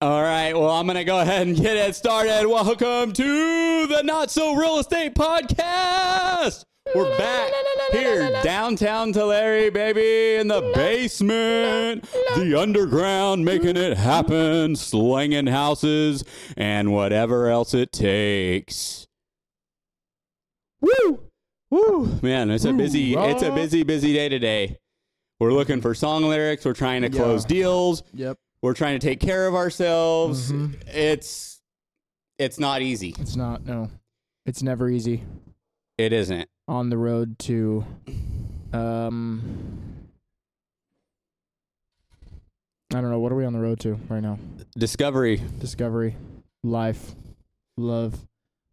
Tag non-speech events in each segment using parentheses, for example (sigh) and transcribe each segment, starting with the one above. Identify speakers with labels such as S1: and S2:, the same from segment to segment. S1: All right, well, I'm going to go ahead and get it started. Welcome to the Not So Real Estate Podcast. We're back here, downtown Tulare, baby, in the basement, the underground, making it happen, slanging houses, and whatever else it takes. Woo! Woo! Man, it's a busy, it's a busy, busy day today. We're looking for song lyrics. We're trying to close
S2: Yeah.
S1: deals
S2: Yep.
S1: we're trying to take care of ourselves
S2: Mm-hmm.
S1: it's it's not easy
S2: It's not. No. It's never easy
S1: it isn't
S2: on the road to, um, I don't know. What are we on the road to right now?
S1: discovery
S2: Discovery, life, love,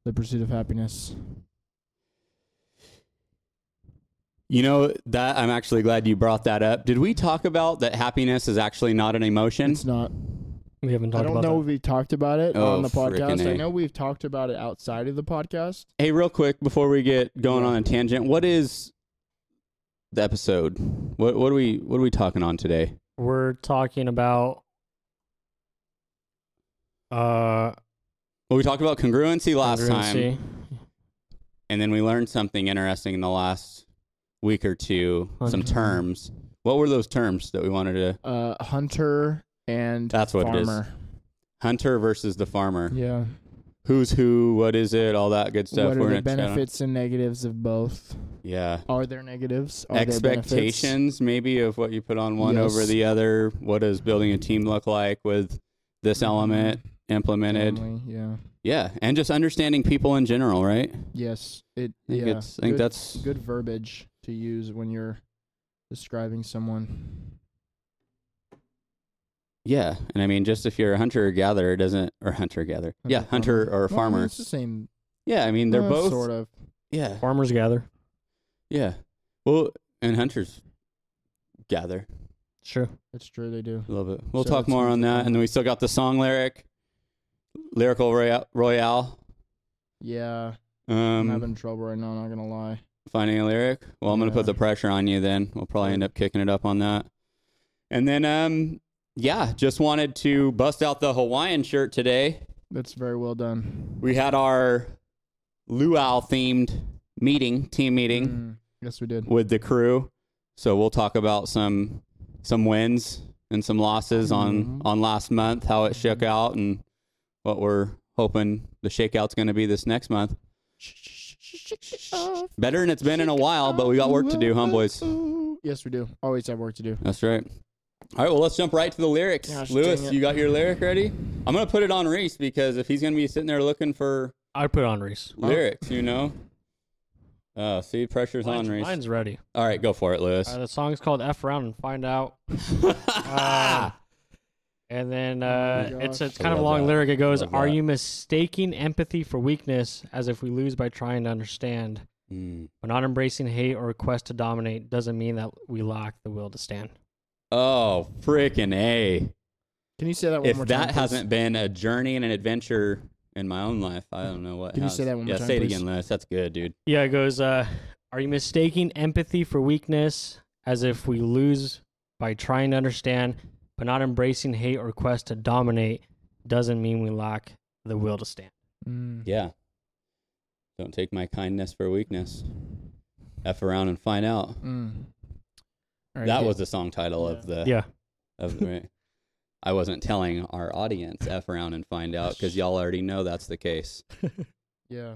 S2: the pursuit of happiness.
S1: you know that i'm actually glad you brought that up did we talk about that happiness is actually not an emotion
S2: It's not.
S3: We haven't
S2: I
S3: talked
S2: don't
S3: about
S2: know
S3: that.
S2: if we talked about it
S1: Oh,
S2: on the
S1: frickin'
S2: podcast.
S1: A.
S2: I know we've talked about it outside of the podcast.
S1: hey real quick before we get going on a tangent what is the episode what what are we what are we talking on today
S3: We're talking about uh
S1: well we talked about congruency last time
S3: congruency.
S1: and then we learned something interesting in the last week or two some
S3: Mhm.
S1: terms what were those terms that we wanted to
S2: Uh, hunter and
S1: That's what it is.
S2: farmer.
S1: hunter versus the farmer
S2: Yeah.
S1: who's who, what is it, all that good stuff.
S2: what
S1: We're
S2: are the
S1: gonna chat on-
S2: benefits and negatives of both?
S1: Yeah.
S2: Are there negatives? Are there benefits?
S1: Expectations, maybe, of what you put on one over
S2: Yes.
S1: the other. What does building a team look like with this element implemented?
S2: Family, Mm-hmm. Yeah.
S1: Yeah, and just understanding people in general, right? I
S2: Yes. It.
S1: think,
S2: yeah.
S1: it's, I think
S2: good,
S1: that's
S2: good verbiage to use when you're describing someone.
S1: yeah. And I mean, just if you're a hunter or gatherer, doesn't or hunter gatherer, yeah,
S2: Hunter-farmer.
S1: hunter or a
S2: Well, I mean,
S1: farmer.
S2: it's the same.
S1: yeah, I mean, they're
S2: uh,
S1: both
S2: sort of.
S1: yeah,
S3: Farmers gather.
S1: yeah. Well, and hunters gather.
S3: Sure.
S2: It's true. They do.
S1: Love it. We'll
S2: So
S1: talk
S2: that's
S1: more
S2: one
S1: on
S2: for
S1: that,
S2: them.
S1: and then we still got the song lyric, lyrical roya- royale.
S2: Yeah. I'm
S1: Um,
S2: having trouble right now. Not gonna lie.
S1: finding a lyric. Well, I'm gonna put
S2: Yeah.
S1: the pressure on you. Then we'll probably end up kicking it up on that. And then, um, yeah, just wanted to bust out the Hawaiian shirt today.
S2: That's very well done.
S1: We had our luau themed meeting, team meeting
S2: Mm, yes, we did.
S1: with the crew. So we'll talk about some some wins and some losses on
S2: Mhm.
S1: on last month, how it shook
S2: Mm-hmm.
S1: out, and what we're hoping the shakeout's going to be this next month. Better than it's been in a while, but we got work to do, huh, boys?
S2: Ooh, Yes, we do. Always have work to do.
S1: That's right. All right, well, let's jump right to the lyrics.
S2: Gosh,
S1: Lewis,
S2: dang it.
S1: you got your lyric ready? I'm going to put it on Reese because if he's going to be sitting there looking for
S3: I'd put on Reese.
S1: lyrics, you know? Oh, see, pressure's on
S3: Mine's,
S1: Reese.
S3: mine's ready.
S1: All right, go for it, Lewis.
S3: Uh, the song's called F around and
S1: (laughs)
S3: find out. Uh, and then uh,
S2: Oh my
S3: it's
S2: gosh.
S3: it's kind of
S1: Love
S3: a long
S1: that.
S3: lyric. It goes,
S1: Love
S3: "Are
S1: that.
S3: you mistaking empathy for weakness? As if we lose by trying to understand.
S1: Mm.
S3: But not embracing hate or request to dominate doesn't mean that we lack the will to stand."
S1: Oh, freaking A.
S2: Can you say that one
S1: If
S2: more time?
S1: that
S2: please?
S1: hasn't been a journey and an adventure in my own life, I don't know what.
S2: Can you say
S1: has.
S2: that one more
S1: yeah,
S2: time,
S1: say it
S2: please?
S1: again, Lewis. That's good, dude.
S3: Yeah, it goes, uh, Are you mistaking empathy for weakness as if we lose by trying to understand, but not embracing hate or quest to dominate doesn't mean we lack the (laughs) will to stand?
S2: Mm.
S1: Yeah. Don't take my kindness for weakness. F around and find out.
S2: Mm. All right,
S1: That
S2: hit-
S1: was the song title of the
S3: Yeah.
S1: of
S2: (laughs)
S1: the. I wasn't telling our audience F around and find out because y'all already know that's the case.
S2: yeah.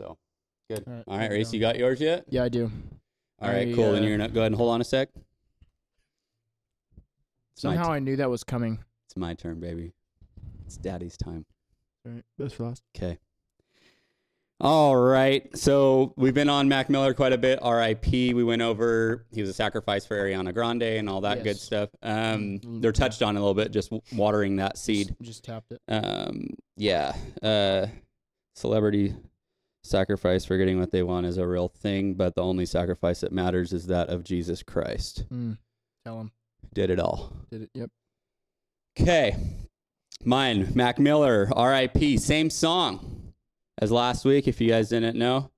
S1: So good.
S2: All right,
S1: All right,
S2: there we
S1: Race,
S2: go.
S1: you got yours yet?
S2: Yeah, I do.
S1: All right,
S2: I,
S1: cool. then
S2: uh,
S1: you're gonna go ahead and hold on a sec. It's my,
S2: Somehow
S1: t-
S2: I knew that was coming.
S1: it's my turn, baby. It's daddy's time.
S2: That's last.
S1: Okay. All right. So we've been on Mac Miller quite a bit. R.I.P. We went over. He was a sacrifice for Ariana Grande and all that good
S2: Yes.
S1: stuff. Um,
S2: Mm,
S1: they're
S2: yeah.
S1: touched on a little bit, just w- watering that seed.
S2: Just, just tapped it.
S1: Um, yeah. Uh, celebrity sacrifice for getting what they want is a real thing, but the only sacrifice that matters is that of Jesus Christ.
S2: Mm. Tell him.
S1: Did it all.
S2: Did it? Yep.
S1: Okay. Mine, Mac Miller, RIP, same song as last week, if you guys didn't know.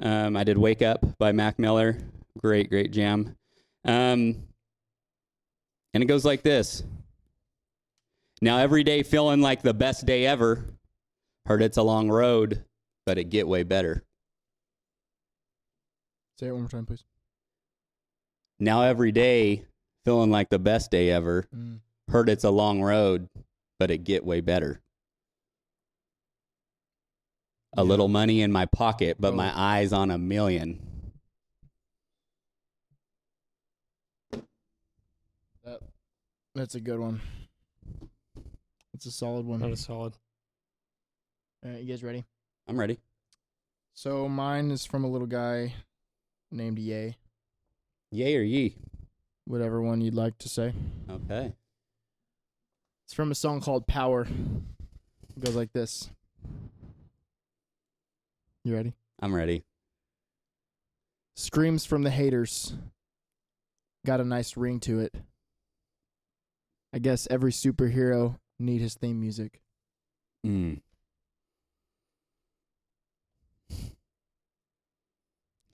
S1: Um, I did Wake Up by Mac Miller. Great, great jam. Um, and it goes like this Now, every day feeling like the best day ever. Heard it's a long road, but it get way better.
S2: Say it one more time, please.
S1: Now, every day feeling like the best day ever.
S2: Mm.
S1: Heard it's a long road, but it get way better. A
S2: Yeah.
S1: little money in my pocket, but my
S2: Oh.
S1: eyes on a million.
S2: That's a good one. It's a solid one.
S3: That is solid.
S2: All right, you guys ready?
S1: I'm ready.
S2: So mine is from a little guy named Ye.
S1: Yay or ye?
S2: Whatever one you'd like to say.
S1: Okay.
S2: It's from a song called Power. It goes like this. You ready?
S1: I'm ready.
S2: Screams from the haters. Got a nice ring to it. I guess every superhero need his theme music.
S1: Mm.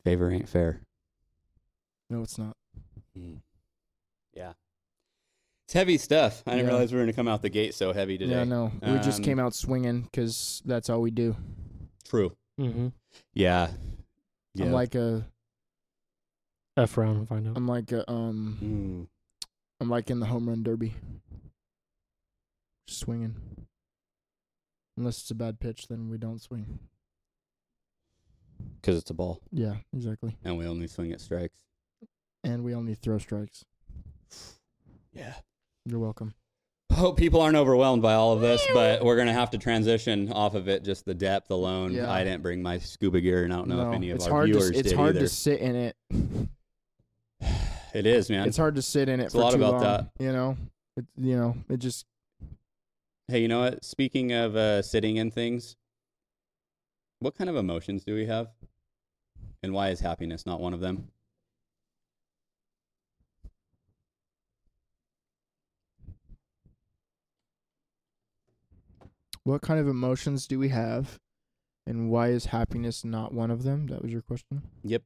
S1: Favor ain't fair.
S2: No, it's not. Mm.
S1: Yeah. It's heavy stuff. I didn't
S2: Yeah.
S1: realize we were going to come out the gate so heavy today.
S2: Yeah, no. we just
S1: Um,
S2: came out swinging because that's all we do.
S1: True.
S3: Mm-hmm.
S1: Yeah. Yeah.
S2: I'm like a,
S3: F round and find out.
S2: I'm like a, um,
S1: Mm.
S2: I'm like in the home run derby, just swinging. Unless it's a bad pitch, then we don't swing.
S1: 'Cause it's a ball
S2: Yeah, exactly.
S1: and we only swing at strikes.
S2: And we only throw strikes.
S1: Yeah.
S2: You're welcome.
S1: Hope people aren't overwhelmed by all of this, but we're gonna have to transition off of it. Just the depth alone.
S2: Yeah.
S1: I didn't bring my scuba gear, and I don't know if any of
S2: it's
S1: our
S2: hard
S1: viewers
S2: to, It's
S1: did
S2: hard
S1: either.
S2: to sit in it.
S1: it is, man.
S2: It's hard to sit in it
S1: It's a
S2: for
S1: lot
S2: too
S1: about
S2: long.
S1: that.
S2: You know, it, you know, it just
S1: hey, you know what? Speaking of uh, sitting in things, what kind of emotions do we have, and why is happiness not one of them?
S2: What kind of emotions do we have, and why is happiness not one of them? That was your question.
S1: Yep.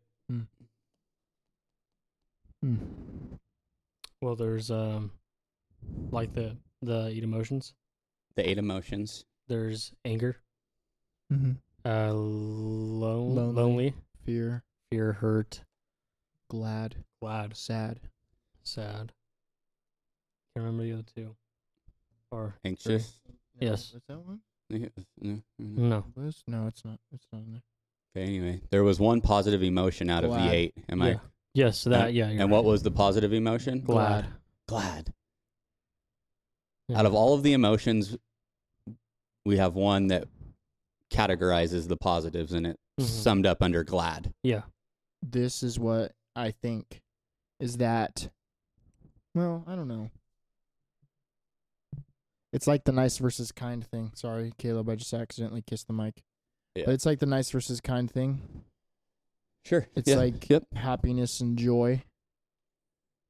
S2: Hmm.
S3: Well, there's um, like the the eight emotions.
S1: The eight emotions.
S3: There's anger,
S2: Mm-hmm.
S3: uh, lone,
S2: Lonely.
S3: lonely.
S2: Fear,
S3: fear, hurt,
S2: glad,
S3: glad,
S2: sad,
S3: sad. Can't remember the other two. Or
S1: Anxious.
S2: No,
S3: Yes.
S2: Is that one?
S1: (laughs) Yeah, mm, mm.
S3: no,
S2: Liz? No, it's not. It's not in there.
S1: Okay. Anyway, there was one positive emotion out of the
S2: Glad.
S1: eight. Am
S3: yeah.
S1: I?
S3: Yes, that yeah.
S1: And
S3: you're
S1: what
S3: right.
S1: was the positive emotion?
S3: glad?
S1: glad.
S3: Yeah.
S1: Out of all of the emotions, we have one that categorizes the positives and it's
S2: Mm-hmm.
S3: Mhm.
S1: summed up under glad.
S3: Yeah,
S2: This is what I think is that. Well, I don't know. It's like the nice versus kind thing. Sorry, Caleb, I just accidentally kissed the mic.
S1: Yeah.
S2: But it's like the nice versus kind thing.
S1: Sure. (laughs)
S2: It's like
S1: yep.
S2: happiness and joy.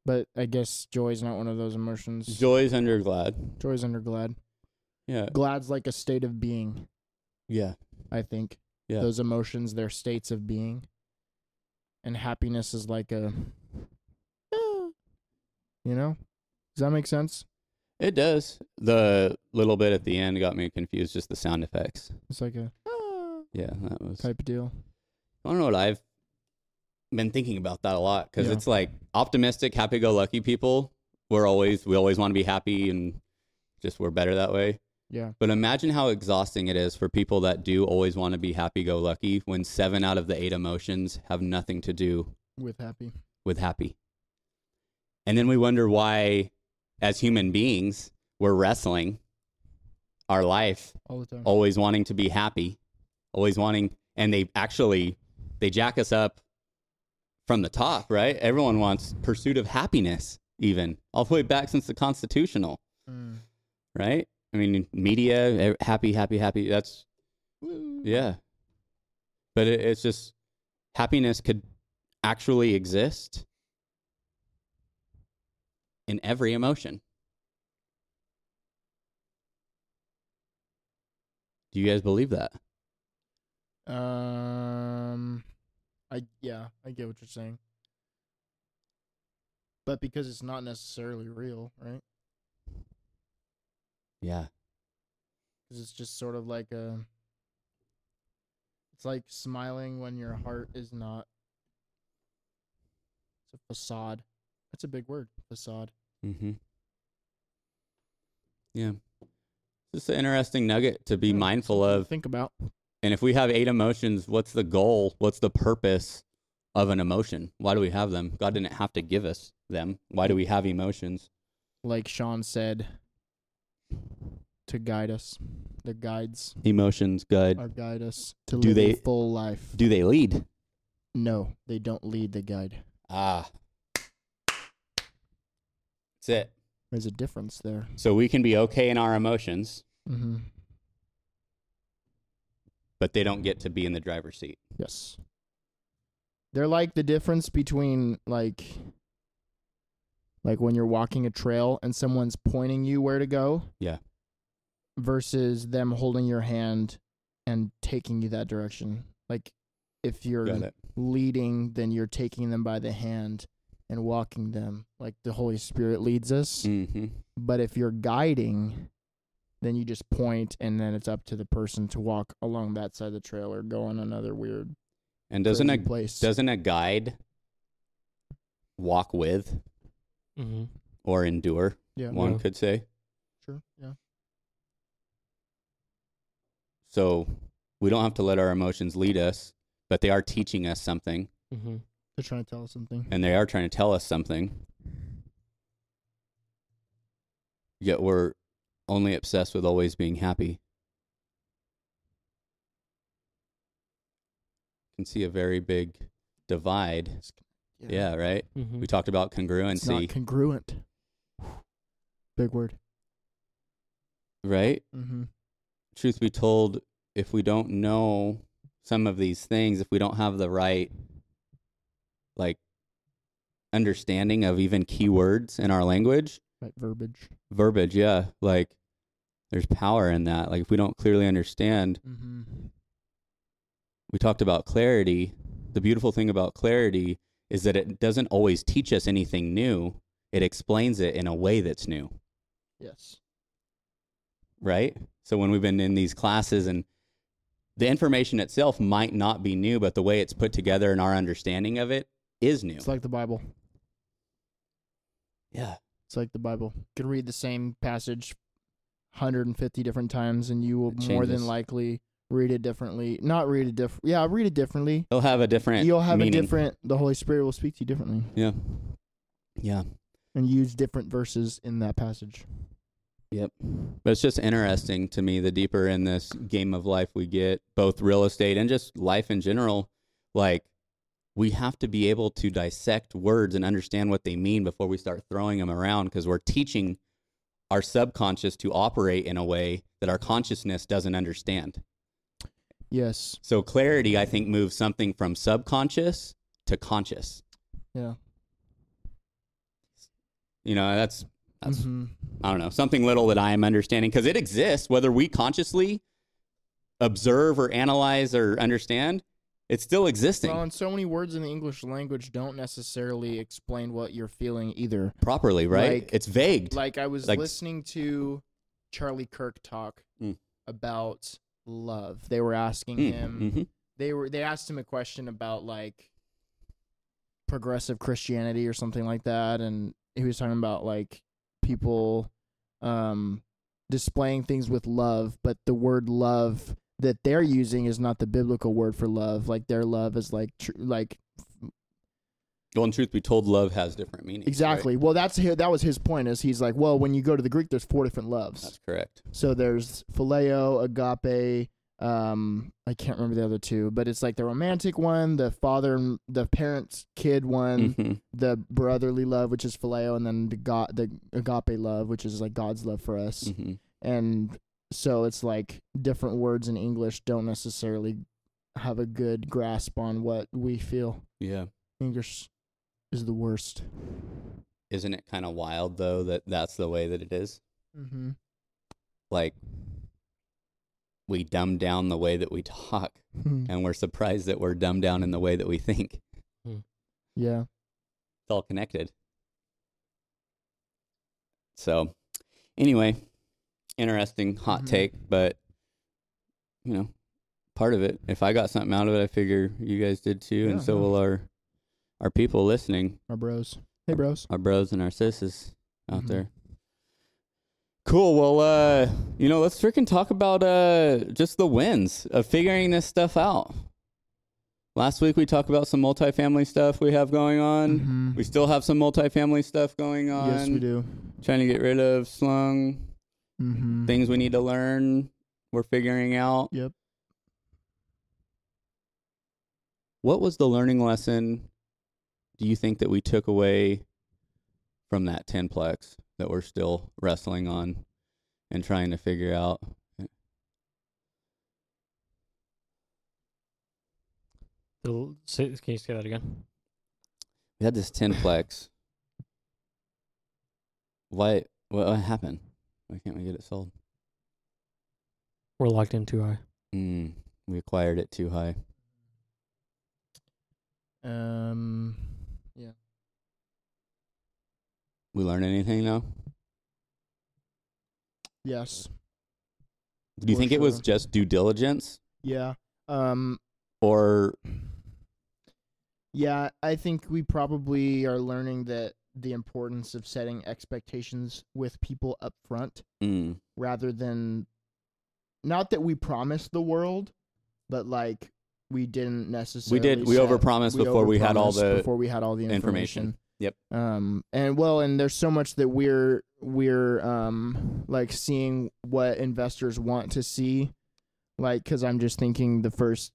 S2: But I guess joy is not one of those emotions.
S1: Joy's under glad.
S2: Joy's under glad.
S1: Yeah.
S2: Glad's like a state of being,
S1: Yeah.
S2: I think.
S1: Yeah.
S2: Those emotions, they're states of being. And happiness is like a (sighs) you know? Does that make sense?
S1: It does. The little bit at the end got me confused just the sound effects.
S2: It's like a
S1: Yeah, that was.
S2: type of deal.
S1: I don't know what I've been thinking about that a lot because
S2: Yeah.
S1: it's like optimistic, happy-go-lucky people. We're always we always want to be happy and just we're better that way.
S2: Yeah.
S1: But imagine how exhausting it is for people that do always want to be happy-go-lucky when seven out of the eight emotions have nothing to do
S2: With happy.
S1: with happy. And then we wonder why, as human beings, we're wrestling our life
S2: All the time.
S1: always wanting to be happy, always wanting, and they actually they jack us up from the top, right? Everyone wants pursuit of happiness, even all the way back since the constitutional,
S2: Mm.
S1: right? I mean, media, e- happy, happy, happy. That's yeah, but it, it's just happiness could actually exist in every emotion. Do you guys believe that?
S2: Um, I yeah, I get what you're saying. But because it's not necessarily real, right?
S1: Yeah.
S2: Because it's just sort of like a. It's like smiling when your heart is not. It's a facade. That's a big word, facade.
S1: Mm-hmm. Yeah. Just an interesting nugget to be
S2: Yeah,
S1: mindful
S2: something to
S1: of.
S2: Think about.
S1: And if we have eight emotions, what's the goal? What's the purpose of an emotion? Why do we have them? God didn't have to give us them. Why do we have emotions?
S2: Like Sean said, to guide us. The guides
S1: Emotions, good.
S2: are guide us to
S1: Do
S2: live
S1: they-
S2: a full life.
S1: Do they lead?
S2: no, they don't lead the guide.
S1: Ah. That's it.
S2: There's a difference there.
S1: So we can be okay in our emotions,
S2: Mm-hmm.
S1: but they don't get to be in the driver's seat.
S2: Yes. They're like the difference between like like when you're walking a trail and someone's pointing you where to go.
S1: Yeah.
S2: Versus them holding your hand and taking you that direction. Like if
S1: Got
S2: you're
S1: it.
S2: leading, then you're taking them by the hand and walking them. Like the Holy Spirit leads us.
S1: Mm-hmm.
S2: But if you're guiding, then you just point and then it's up to the person to walk along that side of the trail or go on another weird
S1: And doesn't
S2: crazy
S1: a
S2: place.
S1: doesn't a guide walk with
S3: Mm-hmm.
S1: or endure
S2: yeah.
S1: one
S3: Yeah.
S1: could say
S2: Sure. Yeah.
S1: so we don't have to let our emotions lead us but they are teaching us something
S3: Mm-hmm.
S2: They're trying to tell us something.
S1: and they are trying to tell us something yet we're only obsessed with always being happy can see a very big divide yeah, right
S3: Mm-hmm.
S1: we talked about congruency
S2: It's not congruent. Big word.
S1: right
S2: Mm-hmm.
S1: truth be told, if we don't know some of these things, if we don't have the right like understanding of even keywords in our language,
S2: Right verbiage.
S1: verbiage, yeah, like there's power in that. Like if we don't clearly understand,
S2: Mm-hmm.
S1: we talked about clarity. The beautiful thing about clarity is that it doesn't always teach us anything new. It explains it in a way that's new.
S2: Yes.
S1: right? So when we've been in these classes and the information itself might not be new, but the way it's put together and our understanding of it is new.
S2: It's like the Bible.
S1: yeah.
S2: It's like the Bible. You can read the same passage 150 different times, and you will
S1: It
S2: more
S1: changes.
S2: than likely read it differently. Not read it different. Yeah, read it differently.
S1: It'll have a different
S2: You'll have
S1: meaning.
S2: a different. The Holy Spirit will speak to you differently
S1: Yeah. Yeah.
S2: and use different verses in that passage.
S1: Yep. But it's just interesting to me the deeper in this game of life we get, both real estate and just life in general, like we have to be able to dissect words and understand what they mean before we start throwing them around because we're teaching our subconscious to operate in a way that our consciousness doesn't understand.
S2: Yes.
S1: So clarity I think moves something from subconscious to conscious.
S2: Yeah.
S1: You know, that's that's
S2: hmm
S1: I don't know, something little that I am understanding because it exists, whether we consciously observe or analyze or understand, it's still existing
S2: Well, and so many words in the English language don't necessarily explain what you're feeling either.
S1: properly, right?
S2: like-
S1: it's vagued.
S2: Like I was
S1: Like-
S2: listening to Charlie Kirk talk
S1: Mm.
S2: about love. They were asking
S1: Mm,
S2: him
S1: mhm.
S2: they were they asked him a question about like progressive Christianity or something like that, and he was talking about like people um displaying things with love, but the word love that they're using is not the biblical word for love. Like their love is like tr- like
S1: Well, in truth be told, love has different meanings. right?
S2: exactly. Well, that's his, that was his point. Is he's like, well, when you go to the Greek, there's four different loves.
S1: That's correct.
S2: So there's phileo, agape. Um, I can't remember the other two, but it's like the romantic one, the father, and the parents, kid one,
S1: hmm
S2: the brotherly love, which is phileo, and then the God, the agape love, which is like God's love for us.
S1: hmm
S2: And so it's like different words in English don't necessarily have a good grasp on what we feel.
S1: Yeah.
S2: English is the worst.
S1: Isn't it kind of wild though that that's the way that it is?
S2: Mm-hmm.
S1: Like we dumb down the way that we talk, and we're surprised that we're dumbed down in the way that we think. It's
S2: (laughs) yeah.
S1: all connected. So, anyway, interesting hot
S2: Mhm.
S1: take, but you know, part of it. If I got something out of it, I figure you guys did too, and
S2: Yeah,
S1: so
S2: no.
S1: will our our people listening.
S2: Our bros. Hey, bros.
S1: our bros and our sisses out
S2: Mhm.
S1: there. Cool. Well, uh, you know, let's freaking talk about uh just the wins of figuring this stuff out. Last week we talked about some multifamily stuff we have going on.
S2: Mhm.
S1: We still have some multifamily stuff going on.
S2: Yes, we do.
S1: Trying to get rid of slung
S2: Mm-hmm.
S1: things we need to learn. We're figuring out.
S2: Yep.
S1: What was the learning lesson? Do you think that we took away from that tenplex that we're still wrestling on and trying to figure out?
S3: The, l- say, can you say that again?
S1: We had this tenplex. Why? What, what happened? Why can't we get it sold?
S3: We're locked in too high.
S1: Mm, we acquired it too high.
S2: Um. Yeah.
S1: We learn anything now?
S2: Yes.
S1: Do you
S2: For
S1: think it was
S2: sure.
S1: just due diligence
S2: Yeah. Um.
S1: or
S2: Yeah. I think we probably are learning that the importance of setting expectations with people up front
S1: mm,
S2: rather than not that we promised the world, but like we didn't
S1: we
S2: necessarily.
S1: did we
S2: set-
S1: overpromised before we had all
S2: overpromised
S1: the
S2: before we had all the
S1: information.
S2: information.
S1: Yep.
S2: Um and well and there's so much that we're we're um like seeing what investors want to see like cuz I'm just thinking the first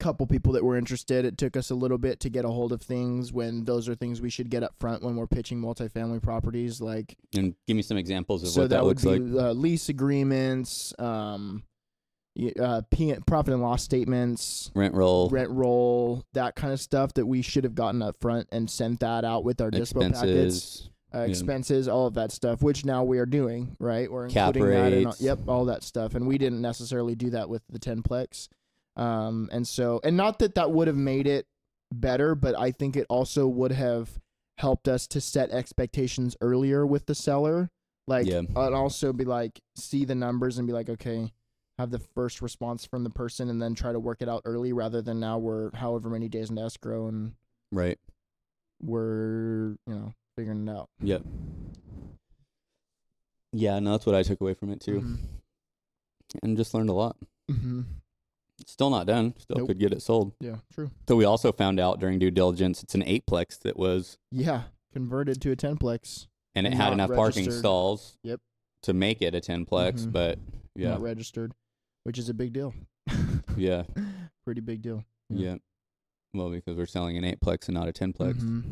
S2: couple people that were interested it took us a little bit to get a hold of things when those are things we should get up front when we're pitching multifamily properties like
S1: and give me some examples of
S2: so
S1: what that,
S2: would
S1: looks
S2: be
S1: like.
S2: uh, lease agreements um y- uh, P- profit and loss statements
S1: Rent roll.
S2: rent roll, that kind of stuff that we should have gotten up front and sent that out with our dispo packets,
S1: expenses.
S2: uh,
S1: yeah.
S2: expenses, all of that stuff, which now we are doing, right? We're
S1: Cap
S2: including that in all,
S1: rates.
S2: yep, all that stuff. And we didn't necessarily do that with the 10plex. Um, and so, and not that that would have made it better, but I think it also would have helped us to set expectations earlier with the seller. Like, uh,
S1: Yeah.
S2: and also be like, see the numbers and be like, okay, have the first response from the person and then try to work it out early rather than now we're however many days in escrow and
S1: Right.
S2: we're, you know, figuring it out.
S1: Yep. Yeah, no, that's what I took away from it too. And just learned a lot.
S2: Mm-hmm.
S1: Still not done. Still
S2: Nope.
S1: could get it sold.
S2: Yeah, true.
S1: So we also found out during due diligence it's an eightplex that was
S2: Yeah, converted to a tenplex,
S1: and it
S2: And
S1: had
S2: not
S1: enough parking
S2: registered.
S1: stalls
S2: Yep.
S1: to make it a tenplex,
S2: Mhm.
S1: but yeah.
S2: not registered, which is a big deal.
S1: Yeah.
S2: (laughs) Pretty big deal.
S1: Yeah.
S2: Yeah.
S1: Well, because we're selling an eightplex and not a tenplex.
S2: Mhm.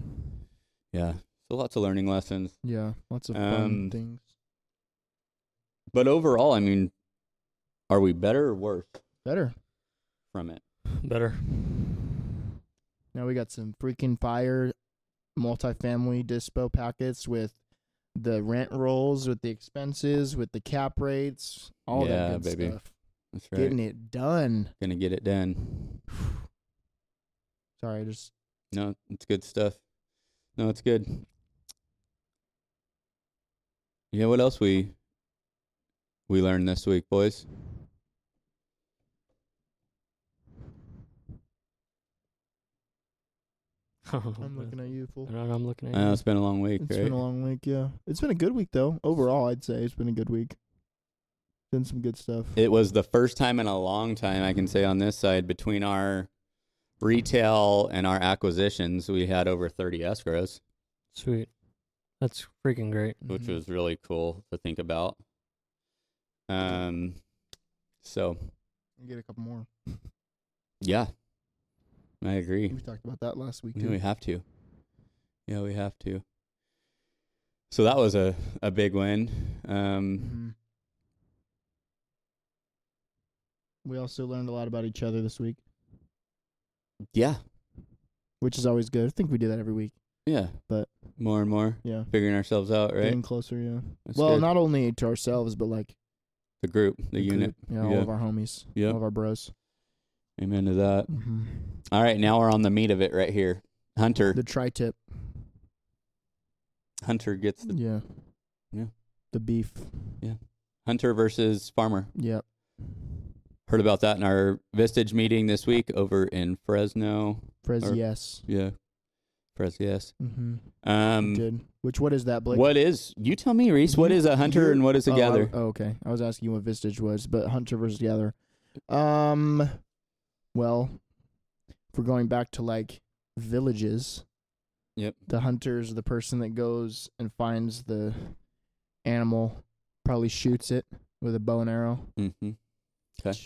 S1: Yeah. So lots of learning lessons.
S2: Yeah, lots of
S1: Um,
S2: fun things.
S1: But overall, I mean, are we better or worse
S2: Better.
S1: from it?
S3: (laughs) Better.
S2: Now we got some freaking fire multifamily dispo packets with the rent rolls, with the expenses, with the cap rates, all
S1: Yeah,
S2: that good
S1: baby.
S2: stuff.
S1: That's right.
S2: Getting it done.
S1: Gonna get it done.
S2: Sorry, I just
S1: No, it's good stuff. No, it's good. Yeah, what else we we learned this week, boys?
S2: I'm looking at you, fool.
S3: I don't know, I'm looking at
S1: I know
S3: you.
S1: it's been a long week,
S2: It's
S1: right?
S2: been a long week, yeah. It's been a good week though. Overall, I'd say it's been a good week. Done some good stuff.
S1: it was the first time in a long time I can say on this side between our retail and our acquisitions, we had over 30 escrows,
S3: Sweet. That's freaking great.
S1: which
S2: Mhm.
S1: was really cool to think about. Um, so
S2: get a couple more.
S1: yeah, I agree.
S2: We talked about that last week.
S1: Yeah,
S2: too.
S1: we have to. Yeah, we have to. So that was a, a big win. Um,
S2: Mhm. We also learned a lot about each other this week, Mm-hmm.
S1: yeah,
S2: which is always good. I think we do that every week.
S1: yeah.
S2: But-
S1: more and more
S2: Yeah,
S1: figuring ourselves out, right?
S2: getting closer. Yeah.
S1: That's
S2: well,
S1: good.
S2: not only to ourselves, but like
S1: the group, the,
S2: group,
S1: unit.
S2: Yeah, all
S1: Yeah.
S2: of our homies.
S1: Yep.
S2: All of our bros.
S1: Amen to that.
S2: Mm-hmm.
S1: All right, now we're on the meat of it right here. Hunter,
S2: The tri-tip.
S1: Hunter gets the
S2: Yeah.
S1: Yeah.
S2: The beef.
S1: Yeah. Hunter versus Farmer.
S2: Yep.
S1: Heard about that in our Vistage meeting this week over in Fresno.
S2: Prez,
S1: Or-
S2: yes.
S1: Yeah, Fres, yes.
S2: Mm-hmm.
S1: Um,
S2: Did. Which what is that, Blake?
S1: what is? You tell me, Reese. What
S2: You-
S1: is a hunter
S2: you-
S1: and what is a
S2: Oh, I-
S1: gather?
S2: oh, okay. I was asking you what Vistage was, but Hunter versus Gather. Um, well, if we're going back to like villages.
S1: Yep.
S2: The hunter's the person that goes and finds the animal, probably shoots it with a bow and arrow.
S1: Mm-hmm. Okay.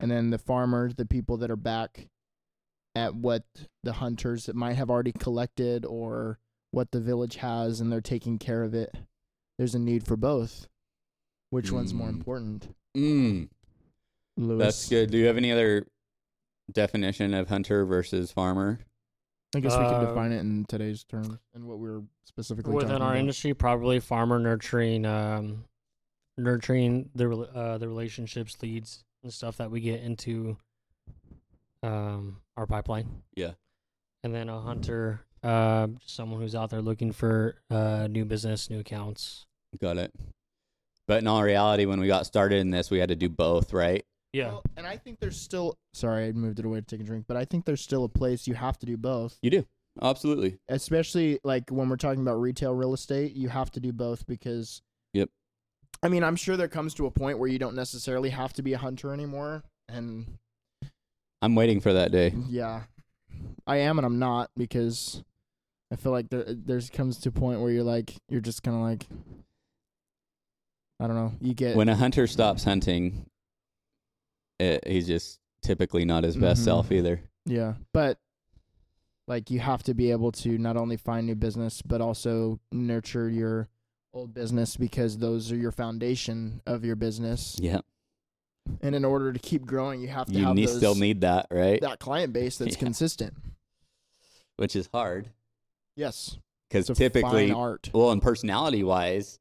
S2: And then the farmers, the people that are back at what the hunters that might have already collected or what the village has and they're taking care of it. There's a need for both. Which one's more
S1: Mm.
S2: important?
S1: Mm,
S2: Lewis.
S1: that's good. Do you have any other definition of hunter versus farmer?
S2: I guess we
S3: Uh,
S2: can define it in today's terms and what we were specifically
S3: Within
S2: talking
S3: our
S2: about.
S3: industry, probably farmer nurturing, um, nurturing the rel- uh, the relationships, leads, and stuff that we get into um, our pipeline.
S1: Yeah.
S3: and then a hunter, uh, someone who's out there looking for uh, new business, new accounts.
S1: Got it. But in all reality, when we got started in this, we had to do both, right?
S3: Yeah,
S2: Well, and I think there's still sorry, I moved it away to take a drink, but I think there's still a place you have to do both.
S1: You do. Absolutely.
S2: especially like when we're talking about retail real estate, you have to do both because.
S1: Yep.
S2: I mean, I'm sure there comes to a point where you don't necessarily have to be a hunter anymore, and
S1: I'm waiting for that day.
S2: yeah, I am and I'm not because I feel like there there's comes to a point where you're like you're just kind of like I don't know you get
S1: when a hunter stops hunting, it, he's just typically not his best
S2: Mhm.
S1: self either.
S2: yeah, but like you have to be able to not only find new business but also nurture your old business because those are your foundation of your business.
S1: Yeah,
S2: And in order to keep growing, you have to
S1: you
S2: have
S1: need,
S2: those,
S1: still need that, right?
S2: that client base
S1: (laughs)
S2: that's
S1: Yeah.
S2: consistent.
S1: Which is hard
S2: Yes,
S1: because
S2: it's a
S1: typically,
S2: fine art.
S1: well, and personality wise,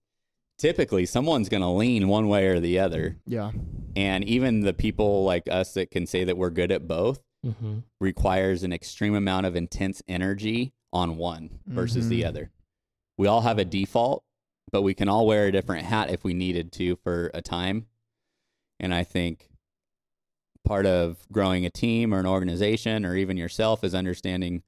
S1: typically someone's going to lean one way or the other.
S2: Yeah,
S1: And even the people like us that can say that we're good at both
S3: mm-hmm.
S1: requires an extreme amount of intense energy on one versus the
S2: Mhm.
S1: other. We all have a default, but we can all wear a different hat if we needed to for a time. And I think part of growing a team or an organization or even yourself is understanding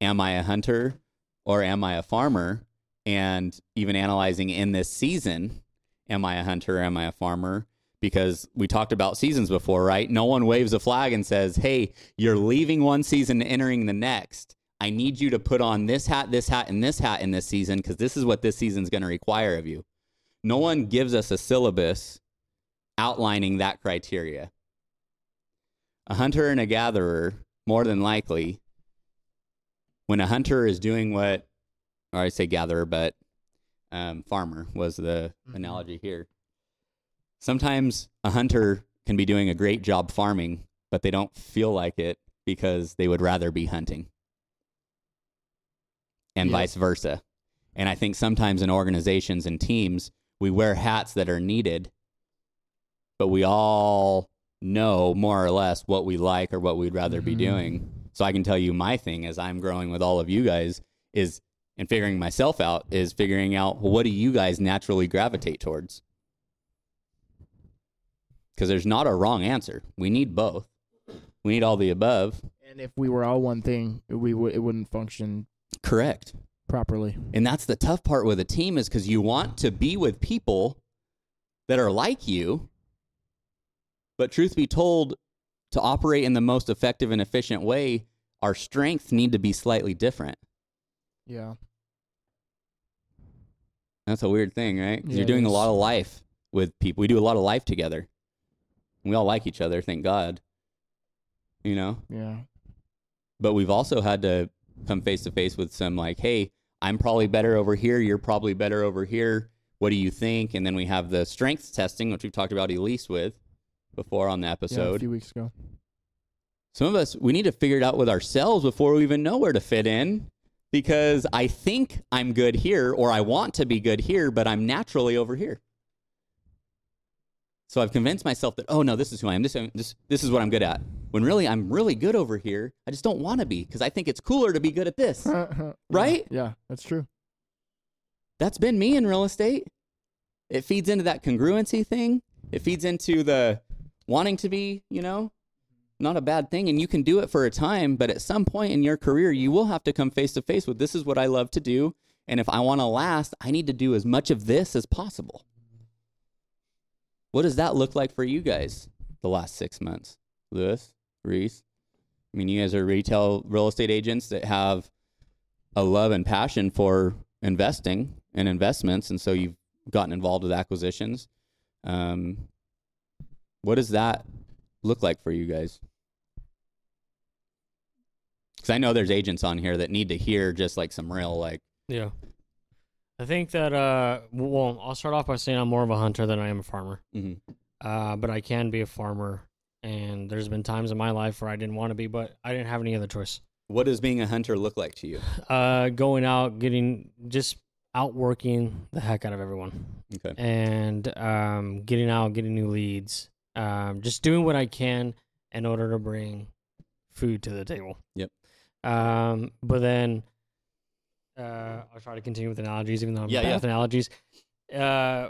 S1: am I a hunter or am I a farmer? And even analyzing in this season, am I a hunter? Am I a farmer? Because we talked about seasons before, right? No one waves a flag and says, hey, you're leaving one season and entering the next. I need you to put on this hat, this hat, and this hat in this season because this is what this season's going to require of you. No one gives us a syllabus outlining that criteria. A hunter and a gatherer, more than likely, when a hunter is doing what, or I say gatherer, but um, farmer was the
S2: Mhm.
S1: analogy here. Sometimes a hunter can be doing a great job farming, but they don't feel like it because they would rather be hunting and
S2: Yeah.
S1: vice versa. And I think sometimes in organizations and teams, we wear hats that are needed, but we all know more or less what we like or what we'd rather be
S2: Mhm.
S1: doing. So I can tell you my thing as I'm growing with all of you guys is and figuring myself out is figuring out well, what do you guys naturally gravitate towards? Because there's not a wrong answer. We need both. We need all the above.
S2: And if we were all one thing, we would it wouldn't function
S1: Correct.
S2: properly.
S1: And that's the tough part with a team is because you want to be with people that are like you. But truth be told, to operate in the most effective and efficient way, our strengths need to be slightly different.
S2: Yeah.
S1: That's a weird thing, right? 'Cause
S2: Yeah,
S1: you're
S2: it
S1: doing a
S2: is.
S1: lot of life with people. We do a lot of life together. We all like each other, thank God. You know?
S2: Yeah.
S1: but we've also had to come face to face with some like hey i'm probably better over here you're probably better over here what do you think and then we have the strengths testing which we've talked about elise with before on the
S2: yeah. A
S1: episode
S2: few weeks
S1: (laughs)
S2: ago.
S1: some of us we need to figure it out with ourselves before we even know where to fit in because i think i'm good here or i want to be good here but i'm naturally over here so i've convinced myself that oh no this is who i am this, this, this is what i'm good at when really i'm really good over here i just don't want to be because i think it's cooler to be good at this Right?
S2: Yeah, yeah, that's true.
S1: that's been me in real estate. It feeds into that congruency thing. It feeds into the wanting to be, you know, not a bad thing. And you can do it for a time, but at some point in your career, you will have to come face to face with this is what I love to do. And if I want to last, I need to do as much of this as possible. What does that look like for you guys the last six months? Lewis, Reese? I mean, you guys are retail real estate agents that have a love and passion for investing and investments, and so you've gotten involved with acquisitions. Um, what does that look like for you guys? Because I know there's agents on here that need to hear just like some real like
S3: Yeah. I think that uh well, I'll start off by saying I'm more of a hunter than I am a farmer.
S1: mhm,
S3: Uh, but I can be a farmer and there's been times in my life where I didn't want to be, but I didn't have any other choice.
S1: what does being a hunter look like to you?
S3: Uh going out, getting just outworking the heck out of everyone.
S1: Okay,
S3: and um, getting out, getting new leads, um, just doing what I can in order to bring food to the table.
S1: Yep.
S3: Um, but then uh, I'll try to continue with analogies, even though I'm
S1: Yeah,
S3: bad
S1: yeah.
S3: with analogies. Uh,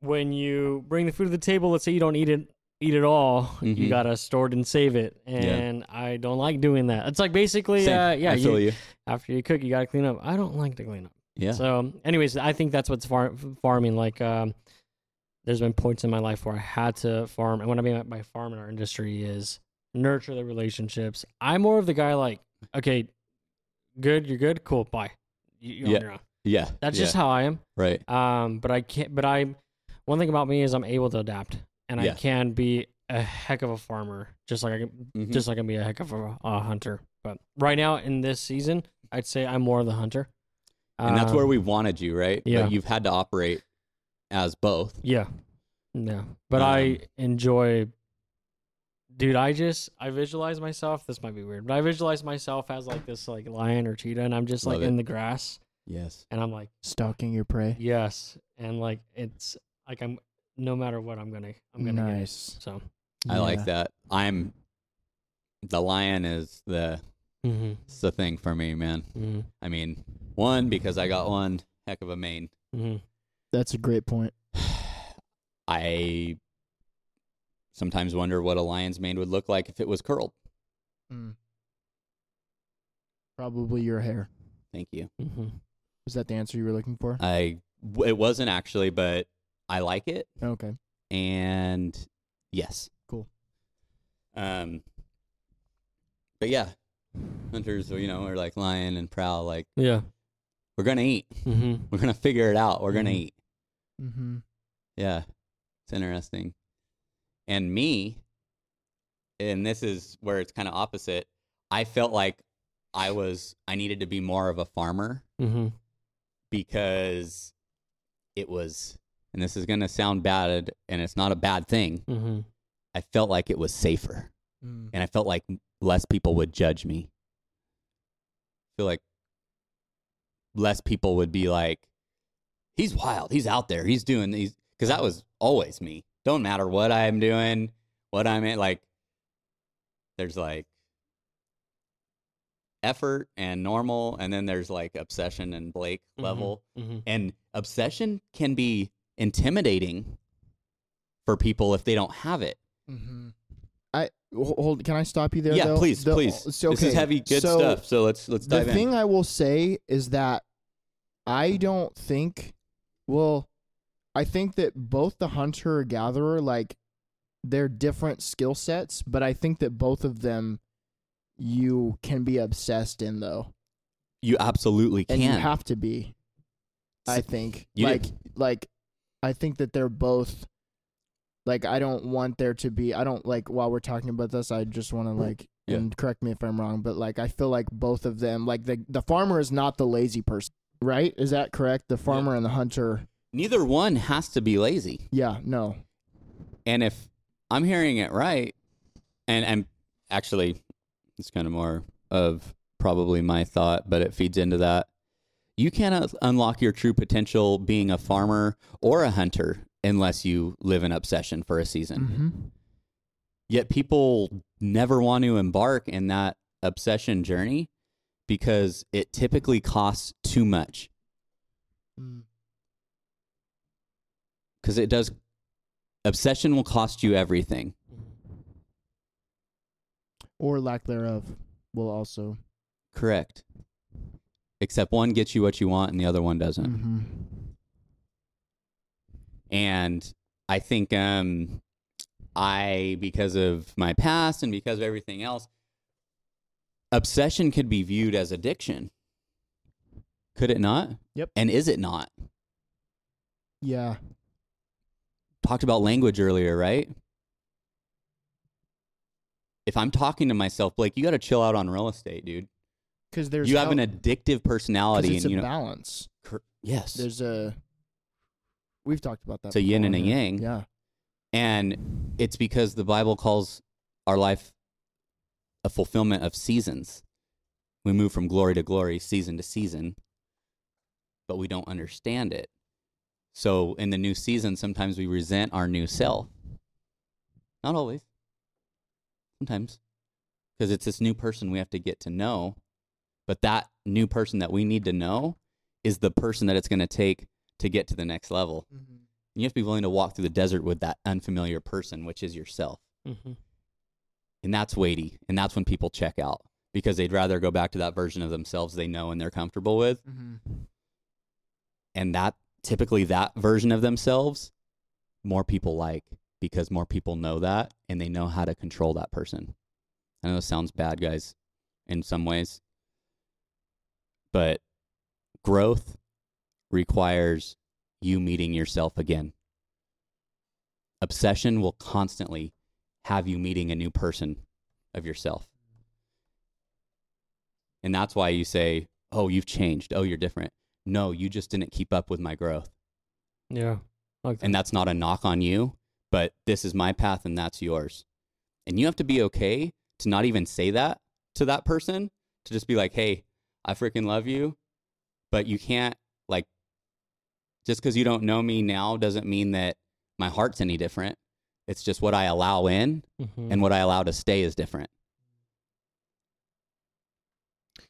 S3: when you bring the food to the table, let's say you don't eat it, eat it all.
S1: Mhm.
S3: You gotta store it and save it, and I don't like doing that. It's like basically,
S1: Same.
S3: uh, yeah,
S1: I feel
S3: you,
S1: you.
S3: after you cook, you gotta clean up. I don't like to clean up.
S1: Yeah,
S3: So, anyways, I think that's what's far- farming. Like, um, there's been points in my life where I had to farm, and what I mean by farm in our industry is nurture the relationships. I'm more of the guy like, okay, good, you're good, cool, bye. You, you're
S1: Yeah.
S3: on your own.
S1: yeah,
S3: That's
S1: yeah,
S3: just how I am.
S1: right.
S3: Um, but I can't. But I, one thing about me is I'm able to adapt, and
S1: Yeah.
S3: I can be a heck of a farmer, just like I can,
S1: Mhm.
S3: just like I can be a heck of a, a hunter. But right now in this season, I'd say I'm more of the hunter.
S1: and that's
S3: Um,
S1: where we wanted you, right?
S3: yeah.
S1: but you've had to operate as both.
S3: Um, Yeah. No. But
S1: Um,
S3: I enjoy dude, I just I visualize myself, this might be weird, but I visualize myself as like this like lion or cheetah and I'm just like
S1: Love it.
S3: in the grass
S1: Yes,
S3: and I'm like,
S2: Stalking your prey.
S3: yes. And like it's like I'm no matter what I'm gonna I'm gonna get it.
S2: nice.
S3: So
S1: I
S2: Yeah.
S1: like that. I'm the lion is the
S3: mm-hmm,
S1: it's the thing for me, man.
S3: mm-hmm,
S1: I mean, one because I got one heck of a mane.
S3: mm-hmm.
S2: That's a great point.
S1: I sometimes wonder what a lion's mane would look like if it was curled.
S2: Probably your hair.
S1: Thank you.
S3: Mm-hmm.
S2: Was that the answer you were looking for?
S1: I w- it wasn't actually, but I like it,
S2: Okay.
S1: and yes,
S2: Cool.
S1: Um, but yeah, hunters, you know, are like lion and prowl. Like
S3: Yeah.
S1: we're gonna eat.
S3: Mm-hmm.
S1: We're gonna figure it out. We're gonna
S3: Mhm.
S1: eat.
S2: Mm-hmm.
S1: Yeah. It's interesting. And me, and this is where it's kind of opposite, I felt like I was, I needed to be more of a farmer
S3: Mm-hmm.
S1: because it was, and this is going to sound bad and it's not a bad thing.
S3: Mm-hmm.
S1: I felt like it was safer
S2: Mm.
S1: and I felt like less people would judge me. I feel like less people would be like, he's wild, he's out there, he's doing these because that was always me. Don't matter what I'm doing, what I'm in, like there's like effort and normal, and then there's like obsession and Blake level.
S3: Mm-hmm.
S1: And obsession can be intimidating for people if they don't have it.
S2: Mm-hmm. I hold. Can I stop you there?
S1: yeah,
S2: though?
S1: please,
S2: The-
S1: please.
S2: so,
S1: This is
S2: okay,
S1: heavy, good
S2: so
S1: stuff. So let's let's
S2: The
S1: dive
S2: thing
S1: in.
S2: I will say is that I don't think. Well, I think that both the hunter gatherer, like, they're different skill sets, but I think that both of them, you can be obsessed in though,
S1: you absolutely
S2: and
S1: can.
S2: you have to be. I
S1: S-
S2: think,
S1: you
S2: like,
S1: did-
S2: like, I think that they're both. Like I don't want there to be I don't like while we're talking about this I just want to like
S1: Yeah.
S2: and correct me if I'm wrong but like I feel like both of them like the the farmer is not the lazy person right is that correct the farmer and the hunter
S1: Neither one has to be lazy.
S2: yeah no
S1: And if I'm hearing it right, and and actually, it's kind of more of probably my thought, but it feeds into that. You cannot unlock your true potential being a farmer or a hunter unless you live in obsession for a season.
S2: mm-hmm.
S1: Yet people never want to embark in that obsession journey because it typically costs too much.
S2: Mm.
S1: Because it does, obsession will cost you everything.
S2: or lack thereof will also
S1: Correct. Except one gets you what you want and the other one doesn't.
S2: mm-hmm.
S1: And I think um I because of my past and because of everything else obsession could be viewed as addiction. Could it not?
S2: Yep.
S1: And is it not?
S2: yeah
S1: Talked about language earlier, right? If I'm talking to myself, Blake, you got to chill out on real estate, dude.
S2: because there's
S1: you have
S2: how-
S1: an addictive
S2: 'cause
S1: personality,
S2: it's
S1: and
S2: a
S1: you know,
S2: balance
S1: cor- yes,
S2: there's a we've talked about that
S1: It's a yin and
S2: before,
S1: a
S2: yeah.
S1: yang.
S2: yeah
S1: And it's because the Bible calls our life a fulfillment of seasons. We move from glory to glory, season to season, but we don't understand it. So in the new season, sometimes we resent our new self. Not always. Sometimes. Because it's this new person we have to get to know. But that new person that we need to know is the person that it's going to take to get to the next level.
S2: Mm-hmm.
S1: You have to be willing to walk through the desert with that unfamiliar person, which is yourself.
S3: Mm-hmm.
S1: And that's weighty. And that's when people check out because they'd rather go back to that version of themselves they know and they're comfortable with.
S2: Mm-hmm.
S1: And that typically, that version of themselves, more people like because more people know that and they know how to control that person. I know this sounds bad, guys, in some ways, but growth requires you meeting yourself again. Obsession will constantly have you meeting a new person of yourself. And that's why you say, oh, you've changed. Oh, you're different. No, you just didn't keep up with my growth.
S3: Yeah. Like
S1: And that's not a knock on you, but this is my path and that's yours. And you have to be okay to not even say that to that person, to just be like, hey, I freaking love you, but you can't, like, just because you don't know me now doesn't mean that my heart's any different. It's just what I allow in
S3: Mhm.
S1: and what I allow to stay is different.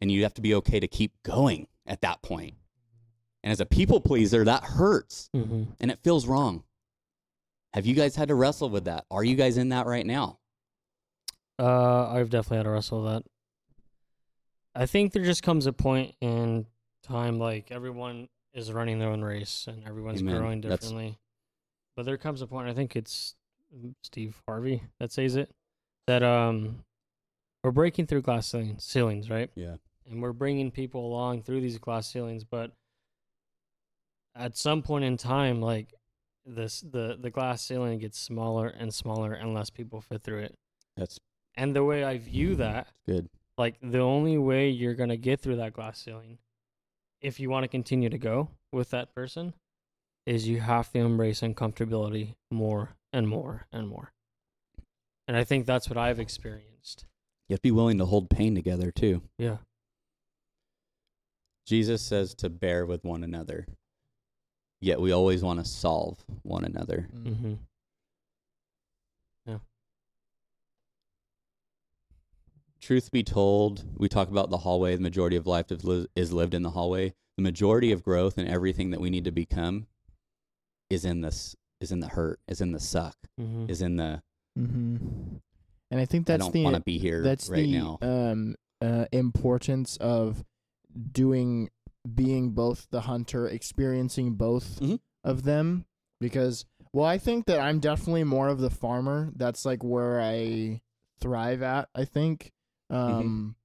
S1: And you have to be okay to keep going at that point. And as a people pleaser, that hurts
S3: Mhm.
S1: and it feels wrong. Have you guys had to wrestle with that? Are you guys in that right now?
S3: Uh, I've definitely had to wrestle with that. I think there just comes a point in time like everyone is running their own race and everyone's
S1: Amen.
S3: growing
S1: That's-
S3: differently. But there comes a point. I think it's mm, Steve Harvey that says it that um we're breaking through glass ceiling- ceilings, right?
S1: Yeah.
S3: And we're bringing people along through these glass ceilings, but at some point in time, like this, the the glass ceiling gets smaller and smaller, and less people fit through it.
S1: That's
S3: And the way I view that,
S1: good.
S3: like the only way you're going to get through that glass ceiling if you want to continue to go with that person is you have to embrace uncomfortability more and more and more. And I think that's what I've experienced.
S1: You have to be willing to hold pain together too.
S3: Yeah.
S1: Jesus says to bear with one another, yet we always want to solve one another.
S3: Mm-hmm.
S1: truth be told, we talk about the hallway. The majority of life is li- is lived in the hallway. The majority of growth and everything that we need to become is in this, is in the hurt, is in the suck,
S3: Mm-hmm.
S1: is in the
S2: Mm-hmm. And And I think
S1: I
S2: Mm. that's
S1: don't
S2: the
S1: want to be here
S2: that's
S1: right
S2: the
S1: now.
S2: um uh, importance of doing being both the hunter experiencing both
S1: Mhm.
S2: of them because well i think that i'm definitely more of the farmer that's like where i thrive at i think
S1: Mm-hmm.
S2: um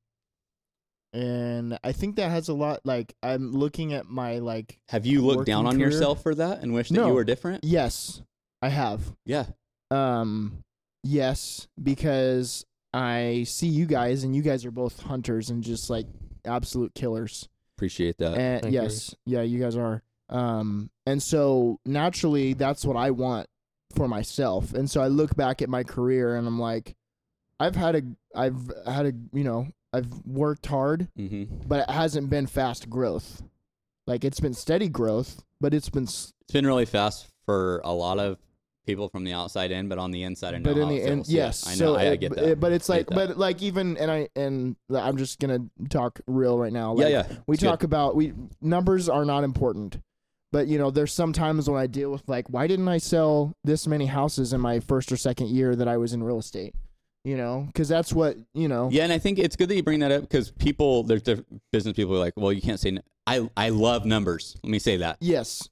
S2: and i think that has a lot like i'm looking at my like
S1: Have you looked
S2: working
S1: down on
S2: career?
S1: yourself for that and wished that
S2: No.
S1: you were different?
S2: yes i have
S1: Yeah.
S2: Um, yes, because I see you guys, and you guys are both hunters and just like absolute killers.
S1: Appreciate that.
S2: And
S3: Uh, Thank you.
S2: yes, yeah, you guys are. Um, and so naturally, that's what I want for myself. And so I look back at my career, and I'm like, I've had a, I've had a, you know, I've worked hard,
S1: mm-hmm.
S2: but it hasn't been fast growth. Like it's been steady growth, but it's been s-
S1: It's been really fast for a lot of people from the outside in, but on the inside, I know
S2: but in
S1: how
S2: the
S1: it
S2: end,
S1: feels. Yeah,
S2: yes.
S1: I know.
S2: So
S1: I, I
S2: it-
S1: get
S2: but
S1: that.
S2: it- but it's
S1: I
S2: like,
S1: get that.
S2: but like even, and I and I'm just gonna talk real right now. Like,
S1: yeah, yeah.
S2: We
S1: it's good.
S2: talk about we numbers are not important, but you know there's sometimes when I deal with like, why didn't I sell this many houses in my first or second year that I was in real estate? You know, because that's what you know.
S1: Yeah, and I think it's good that you bring that up because people, there's diff- business people who are like, well, you can't say. n- I I love numbers. Let me say that,
S2: Yes.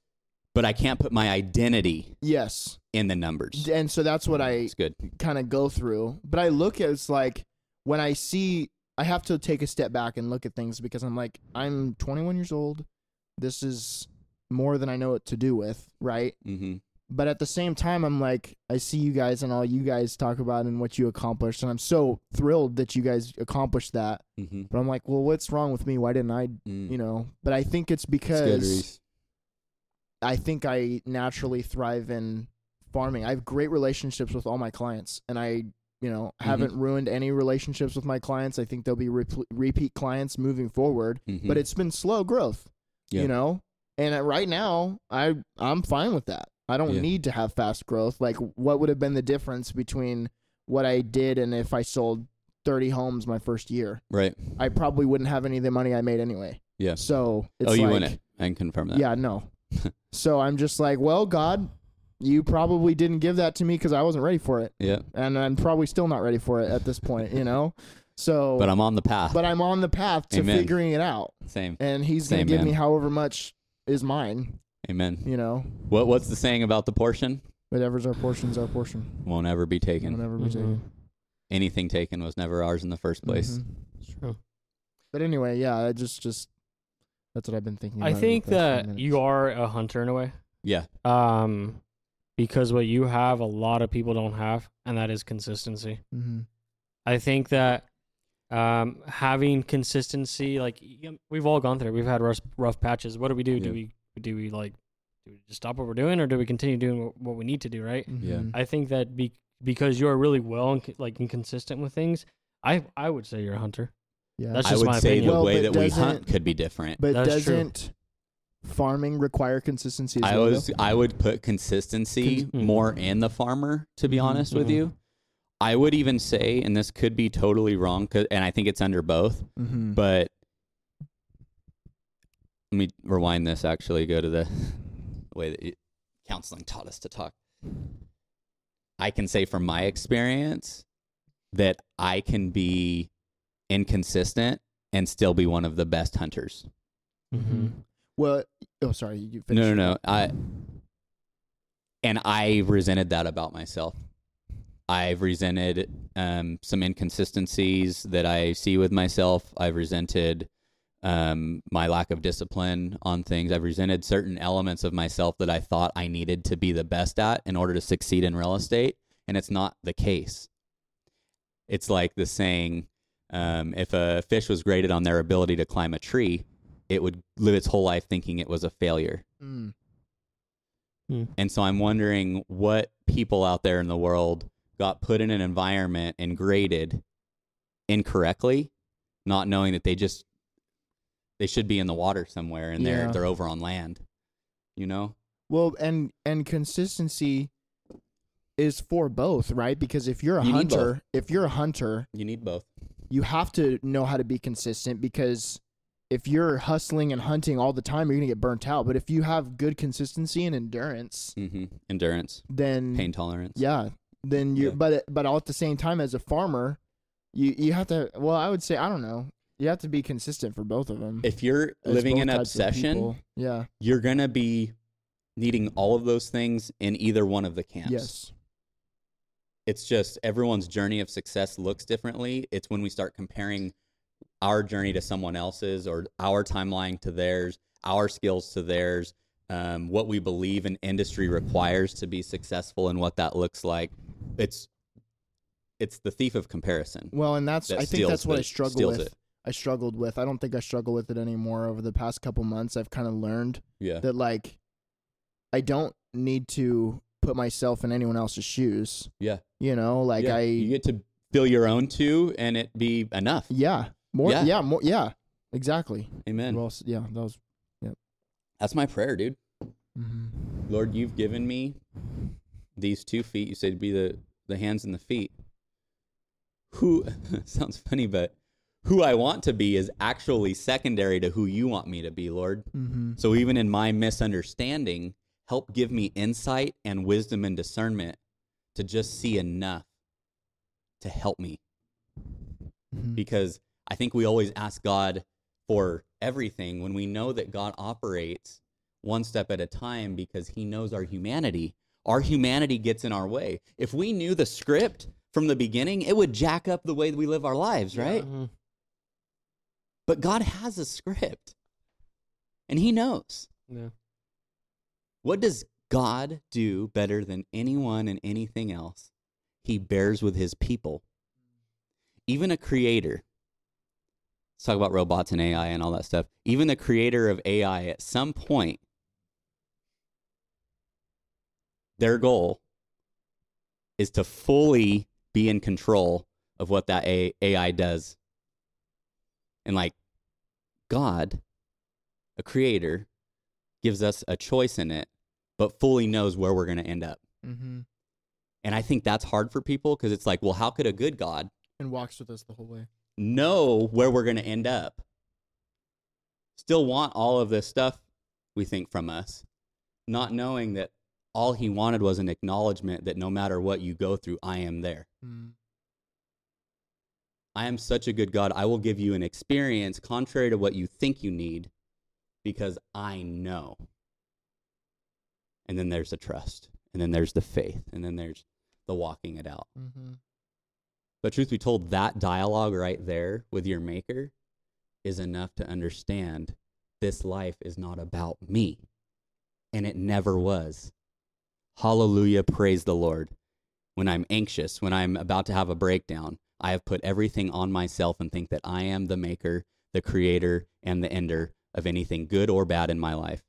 S1: but I can't put my identity
S2: Yes.
S1: in the numbers.
S2: And so that's what I
S1: It's good.
S2: kind of go through. But I look at it's like when I see I have to take a step back and look at things because I'm like I'm 21 years old. This is more than I know what to do with, right?
S1: hmm
S2: But at the same time I'm like I see you guys and all you guys talk about and what you accomplished and I'm so thrilled that you guys accomplished that.
S1: hmm
S2: But I'm like, well, what's wrong with me? Why didn't I,
S1: mm-hmm.
S2: you know? But I think it's because I think I naturally thrive in farming. I have great relationships with all my clients, and I, you know,
S1: Mm-hmm.
S2: haven't ruined any relationships with my clients. I think they'll be repl repeat clients moving forward,
S1: Mm-hmm,
S2: but it's been slow growth,
S1: Hmm. Yeah.
S2: you know. And uh, right now, I I'm fine with that. I don't
S1: Yeah.
S2: need to have fast growth. Like, what would have been the difference between what I did and if I sold 30 homes my first year?
S1: right.
S2: I probably wouldn't have any of the money I made anyway.
S1: Yeah.
S2: So it's
S1: Oh, you
S2: like,
S1: win it. I can confirm that.
S2: yeah, no. so I'm just like, well, God, you probably didn't give that to me because I wasn't ready for it,
S1: Yeah.
S2: and I'm probably still not ready for it at this point, you know. So,
S1: But I'm on the path.
S2: but I'm on the path to
S1: Amen.
S2: figuring it out,
S1: Same.
S2: and He's gonna
S1: Same,
S2: give
S1: man.
S2: me however much is mine,
S1: Amen.
S2: you know.
S1: What What's the saying about the portion?
S2: Whatever's our portion's our portion.
S1: Won't ever be taken.
S2: Whatever we Mm-hmm.
S3: Mhm.
S2: taken.
S1: Anything taken was never ours in the first place.
S2: Mhm.
S3: True.
S2: But anyway, yeah, I just just that's what I've been thinking.
S3: I
S2: about
S3: think that you
S2: are.
S3: are a hunter in a way.
S1: Yeah.
S3: Um, because what you have, a lot of people don't have, and that is consistency.
S2: Mm-hmm.
S3: I think that um, having consistency, like y- we've all gone through, it. we've had rough, rough patches. What do we do?
S1: Yeah.
S3: Do we do we like do we just stop what we're doing, or do we continue doing what, what we need to do? Right.
S1: Yeah.
S2: Mm-hmm.
S3: I think that be, because you're really well and co- like and consistent with things, I I would say you're a hunter.
S2: yeah.
S3: That's
S1: I
S3: just
S1: would
S3: my
S1: say
S3: opinion.
S1: the
S2: Well,
S1: way
S2: but
S1: that we
S2: doesn't-
S1: hunt could be different.
S2: But
S3: That's true.
S2: doesn't farming require consistency? as
S1: I
S2: well,
S1: was
S2: though? mm-hmm.
S1: I would put consistency
S3: Cons- mhm.
S1: more in the farmer to be
S2: Mhm,
S1: honest with
S3: mhm.
S1: you. I would even say and this could be totally wrong 'cause- and I think it's under both,
S2: Mhm.
S1: but let me rewind this actually go to the (laughs) way that it, counseling taught us to talk. I can say from my experience that I can be inconsistent and still be one of the best hunters.
S2: Mm-hmm. well, oh, sorry, you finished.
S1: Mm-hmm. No, no, no. I and I resented that about myself. I've resented um, some inconsistencies that I see with myself. I've resented um, my lack of discipline on things. I've resented certain elements of myself that I thought I needed to be the best at in order to succeed in real estate, and it's not the case. It's like the saying, um, if a fish was graded on their ability to climb a tree, it would live its whole life thinking it was a failure.
S2: Mm.
S1: And so I'm wondering what people out there in the world got put in an environment and graded incorrectly, not knowing that they just they should be in the water somewhere and
S2: Yeah.
S1: they're they're over on land. You know?
S2: Well, and and consistency is for both, right? Because if you're a
S1: You need both.
S2: hunter, if you're a hunter,
S1: You need both.
S2: you have to know how to be consistent because if you're hustling and hunting all the time, you're gonna get burnt out. But if you have good consistency and endurance,
S1: hmm Endurance,
S2: then
S1: pain tolerance.
S2: Mm-hmm. yeah, then you
S1: Yeah.
S2: but but all at the same time as a farmer you you have to well i would say i don't know you have to be consistent for both of them
S1: If you're
S2: As
S1: living
S2: both
S1: in
S2: types of
S1: obsession,
S2: people. yeah
S1: you're going to be needing all of those things in either one of the camps.
S2: yes
S1: It's just everyone's journey of success looks differently. It's when we start comparing our journey to someone else's or our timeline to theirs, our skills to theirs, um, what we believe an industry requires to be successful and what that looks like. It's it's the thief of comparison.
S2: well and that's
S1: That
S2: i think
S1: steals
S2: that's what
S1: the-
S2: i struggle
S1: steals
S2: with
S1: it.
S2: i struggled with i don't think i struggle with it anymore over the past couple months i've kind of learned
S1: Yeah.
S2: that like i don't need to put myself in anyone else's shoes
S1: Yeah.
S2: you know like
S1: Yeah,
S2: i
S1: you get to fill your own two and it be enough.
S2: yeah more
S1: Yeah.
S2: yeah, more yeah exactly
S1: Amen.
S2: well s- yeah that was
S1: That's my prayer, dude.
S2: mhm.
S1: Lord, you've given me these two feet. You said be the, the hands and the feet. Who (laughs) sounds funny, but who I want to be is actually secondary to who you want me to be, Lord.
S2: Mm-hmm.
S1: So even in my misunderstanding, help give me insight and wisdom and discernment to just see enough to help me.
S2: Mm-hmm.
S1: because I think we always ask God for everything when we know that God operates one step at a time because he knows our humanity. Our humanity gets in our way. If we knew the script from the beginning, it would jack up the way that we live our lives, right?
S3: Mhm.
S1: But God has a script and he knows.
S3: Yeah.
S1: What does God do better than anyone and anything else? He bears with his people. Even a creator. Let's talk about robots and AI and all that stuff. Even the creator of AI, at some point, their goal is to fully be in control of what that A- AI does. And like God, a creator, gives us a choice in it, but fully knows where we're going to end up.
S2: Mm-hmm.
S1: And I think that's hard for people because it's like, well, how could a good God
S2: and walks with us the whole way.
S1: know where we're going to end up? Still want all of this stuff we think from us, not knowing that all he wanted was an acknowledgement that no matter what you go through, I am there.
S2: Mm-hmm.
S1: I am such a good God. I will give you an experience contrary to what you think you need because I know. And then there's the trust, and then there's the faith, and then there's the walking it out.
S2: Mm-hmm.
S1: But truth be told, that dialogue right there with your maker is enough to understand this life is not about me. And it never was. Hallelujah, praise the Lord. When I'm anxious, when I'm about to have a breakdown, I have put everything on myself and think that I am the maker, the creator, and the ender of anything good or bad in my life.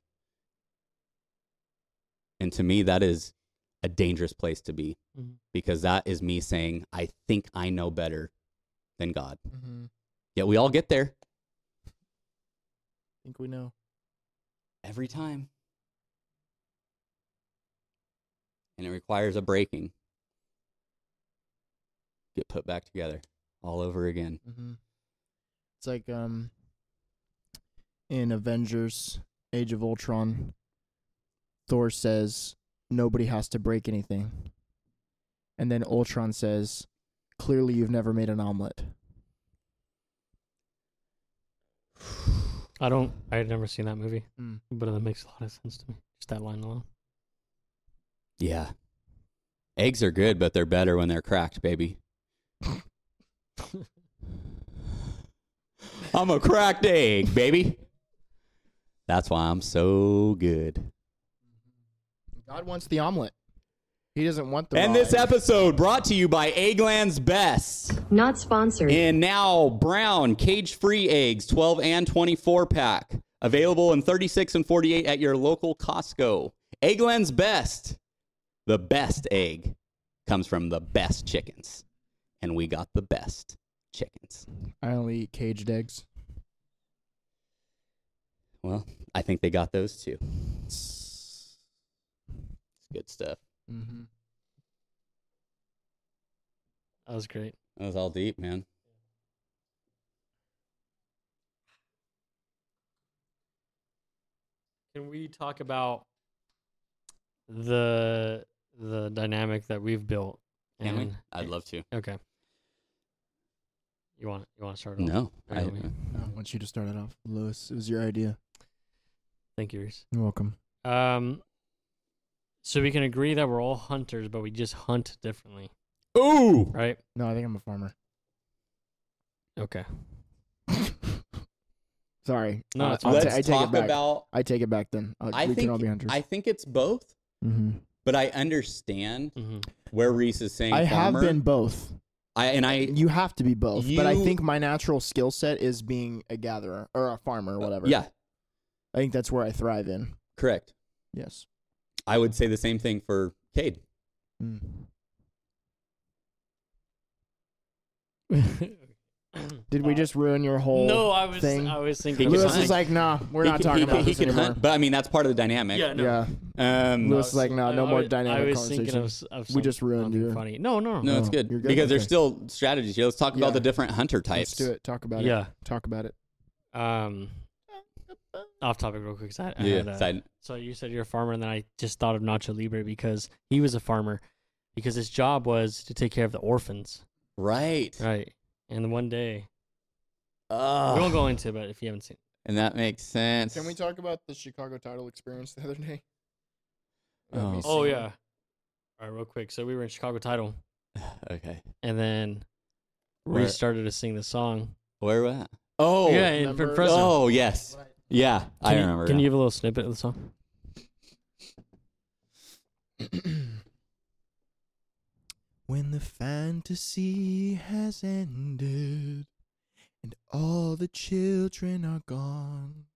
S1: And to me, that is a dangerous place to be because that is me saying I think I know better than God.
S2: Mm-hmm. I
S1: Yet we all get there
S2: think we know.
S1: every time. And it requires a breaking. Get put back together all over again.
S2: Mm-hmm. It's like um in Avengers: Age of Ultron, Thor says nobody has to break anything, and then Ultron says, "Clearly, you've never made an omelet."
S3: I don't. I had never seen that movie,
S2: Mm.
S3: but that makes a lot of sense to me. Just that line alone.
S1: Yeah. Eggs are good, but they're better when they're cracked, baby. I'm a cracked egg, baby. That's why I'm so good.
S2: God wants the omelet. He doesn't want the.
S1: And
S2: raw
S1: this
S2: egg.
S1: episode brought to you by Eggland's Best.
S4: Not sponsored.
S1: And now brown cage free eggs, 12 and 24 pack. Available in 36 and 48 at your local Costco. Eggland's Best. The best egg comes from the best chickens. And we got the best chickens.
S2: I only eat caged eggs.
S1: Well, I think they got those too. Good stuff.
S2: Mm-hmm.
S3: That was great.
S1: That was all deep, man.
S3: Can we talk about the the dynamic that we've built
S1: Can we?
S3: And-
S1: I'd love to.
S3: Okay. You want you want to start? off?
S1: No.
S3: I
S1: I-
S3: mean-
S2: I want you to start it off, Lewis. It was your idea.
S3: Thank you, Reese.
S2: You're welcome.
S3: Um, so we can agree that we're all hunters, but we just hunt differently,
S1: Ooh.
S3: right?
S2: No, I think I'm a farmer.
S3: Okay.
S2: (laughs) Sorry.
S3: No,
S2: Uh,
S3: it's
S2: I'll
S3: fine.
S2: ta-
S1: Let's
S2: I take
S1: talk
S2: it back.
S1: about.
S2: I take it back then. Uh,
S1: I
S2: we
S1: think-
S2: can all be hunters.
S1: I think it's both,
S2: Mhm.
S1: but I understand
S2: (laughs)
S3: Mm-hmm.
S1: where Reese is saying.
S2: I have
S1: farmer.
S2: been both.
S1: I and I.
S2: You have to be both, but I
S1: You-
S2: think my natural skill set is being a gatherer or a farmer or whatever.
S1: Uh, Yeah.
S2: I think that's where I thrive in.
S1: Correct.
S2: Yes.
S1: I would say the same thing for Cade.
S2: Mm. Did
S3: Did
S2: we just ruin your whole?
S3: Uh, No, I was
S2: thing?
S3: I was thinking.
S1: Uh, He
S2: Lewis
S1: could
S2: is like, nah, we're
S1: He
S2: not
S1: could-
S2: talking
S1: he
S2: about
S1: could- he
S2: this
S1: could
S2: anymore.
S1: hunt, but I mean that's part of the dynamic.
S3: Yeah, no.
S2: Yeah,
S1: Um,
S2: Lewis is like, no, no
S3: I
S2: more
S3: was-
S2: dynamic
S3: I was thinking of,
S2: conversation.
S3: s- of
S2: We just
S3: something
S2: ruined your-
S3: funny. No, no,
S1: no, it's
S2: No,
S1: good,
S2: Oh, you're good?
S1: because there's
S2: Okay.
S1: still strategies here. Let's talk
S2: Yeah.
S1: about the different hunter types.
S2: let's do it. Talk about it.
S3: Yeah.
S2: Talk about it.
S3: Um, off topic, real quick. 'cause I, I
S1: Yeah,
S3: had, uh,
S1: side-
S3: So you said you're a farmer, and then I just thought of Nacho Libre because he was a farmer, because his job was to take care of the orphans,
S1: right.
S3: right? And one day we
S1: Ugh.
S3: won't go into, it, but if you haven't seen,
S1: and that makes sense.
S2: Can we talk about the Chicago title experience the other day?
S1: Let me
S3: it. oh yeah. All right, real quick. So we were in Chicago Title,
S1: (sighs) Okay.
S3: and then
S1: Where-
S3: we started to sing the song.
S1: Where were we at? Oh.
S3: yeah, in
S2: remember-
S3: Fresno.
S1: Oh yes. Yeah, I
S3: Can you-
S1: remember.
S3: Can
S1: now.
S3: you give a little snippet of the song?
S2: when the fantasy has ended and all the children are gone,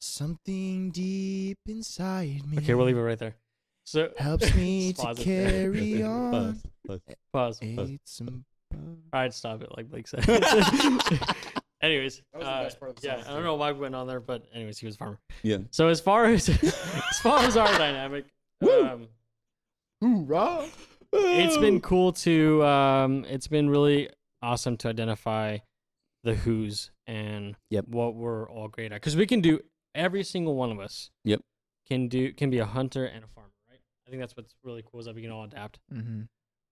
S2: something deep inside me
S3: Okay, we'll leave it right there. So
S2: (laughs) helps me
S3: (laughs) Just
S2: to
S3: pause it. (laughs)
S2: carry on.
S1: Buzz, buzz.
S3: pause.
S2: Ate some
S3: All right, stop it, like
S2: (laughs)
S3: Blake said. (laughs) anyways,
S2: That was the
S3: uh,
S2: best part of the
S3: yeah,
S2: song,
S3: I don't
S2: too.
S3: know why we went on there, but anyways, he was a farmer.
S1: Yeah.
S3: So as far as (laughs) as far as our dynamic,
S2: Woo!
S3: um,
S2: Hoorah!
S3: it's been cool to um, it's been really awesome to identify the who's and
S1: Yep.
S3: what we're all great at because we can do every single one of us.
S1: Yep.
S3: Can do can be a hunter and a farmer, right? I think that's what's really cool is that we can all adapt.
S2: (laughs) Mm-hmm.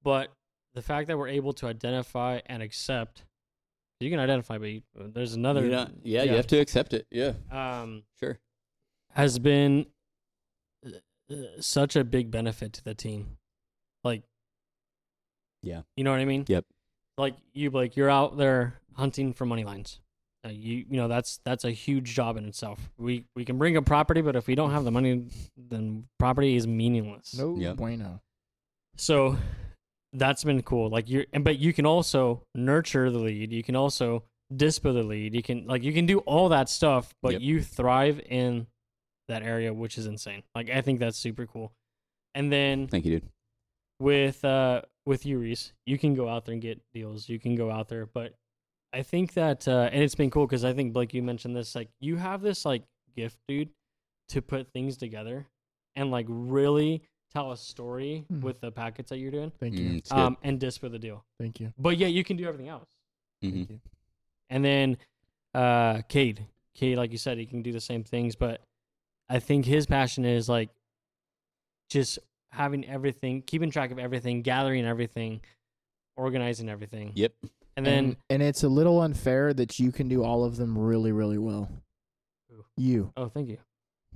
S3: but the fact that we're able to identify and accept you can identify but you, uh, there's another
S1: You don't- yeah, you have to accept it. Yeah,
S3: um
S1: sure.
S3: has been uh, uh, such a big benefit to the team like
S1: Yeah.
S3: you know what i mean
S1: Yep.
S3: like you like you're out there hunting for money lines Uh, you you know that's that's a huge job in itself we we can bring a property but if we don't have the money then property is meaningless
S2: No
S1: Yep.
S2: bueno.
S3: so that's been cool. Like you're, and but you can also nurture the lead. You can also dispo the lead. You can like you can do all that stuff, but
S1: Yep.
S3: you thrive in that area, which is insane. Like I think that's super cool. And then
S1: Thank you, dude.
S3: with uh with you Reese, you can go out there and get deals. You can go out there, but I think that uh and it's been cool because I think Blake, you mentioned this. Like you have this like gift, dude, to put things together and like really tell a story
S2: Mhm.
S3: with the packets that you're doing,
S2: Thank
S1: Mm,
S2: you.
S1: it's good.
S3: um, and dispo the deal.
S2: Thank you.
S3: But yeah, you can do everything else.
S1: Mhm.
S2: Thank you.
S3: And then uh Cade. Cade, like you said, he can do the same things, but I think his passion is like just having everything, keeping track of everything, gathering everything, organizing everything.
S1: Yep.
S3: And then
S2: and it's a little unfair that you can do all of them really, really well.
S3: Who?
S2: You.
S3: oh thank you.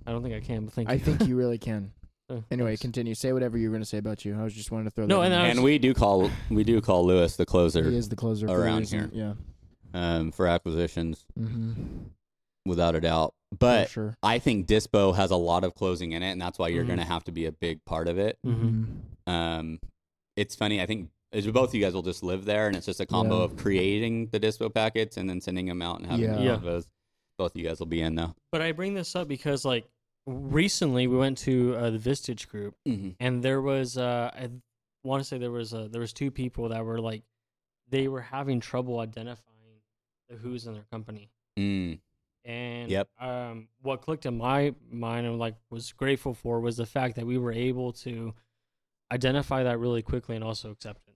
S3: I don't think I can, but thank you.
S2: I think you really can.
S3: (laughs) Uh,
S2: Anyway,
S3: thanks.
S2: continue. Say whatever you were going to say about you. I was just wanted to throw.
S3: No,
S2: that in
S3: and I
S2: there.
S1: And we do call we do call Lewis the
S2: he
S1: closer
S2: is the closer for a
S1: around
S2: reason.
S1: here.
S2: Yeah.
S1: um, for acquisitions,
S2: Mm-hmm.
S1: without a doubt. But
S2: sure.
S1: I think Dispo has a lot of closing in it, and that's why you're
S3: Mhm.
S2: Mm-hmm.
S1: going to have to be a big part of it.
S3: Mhm.
S1: Um, it's funny. I think is both of you guys will just live there, and it's just a combo
S2: Yeah.
S1: of creating the Dispo packets and then sending them out and having
S2: Yeah.
S1: all
S3: Yeah.
S1: of those. Both of you guys will be in though.
S3: But I bring this up because like recently we went to uh, the Vistage group
S1: Mm-hmm.
S3: and there was uh I want to say there was uh there was two people that were like they were having trouble identifying the who's in their company
S1: Mm.
S3: and
S1: Yep.
S3: um what clicked in my mind and like was grateful for was the fact that we were able to identify that really quickly and also accept it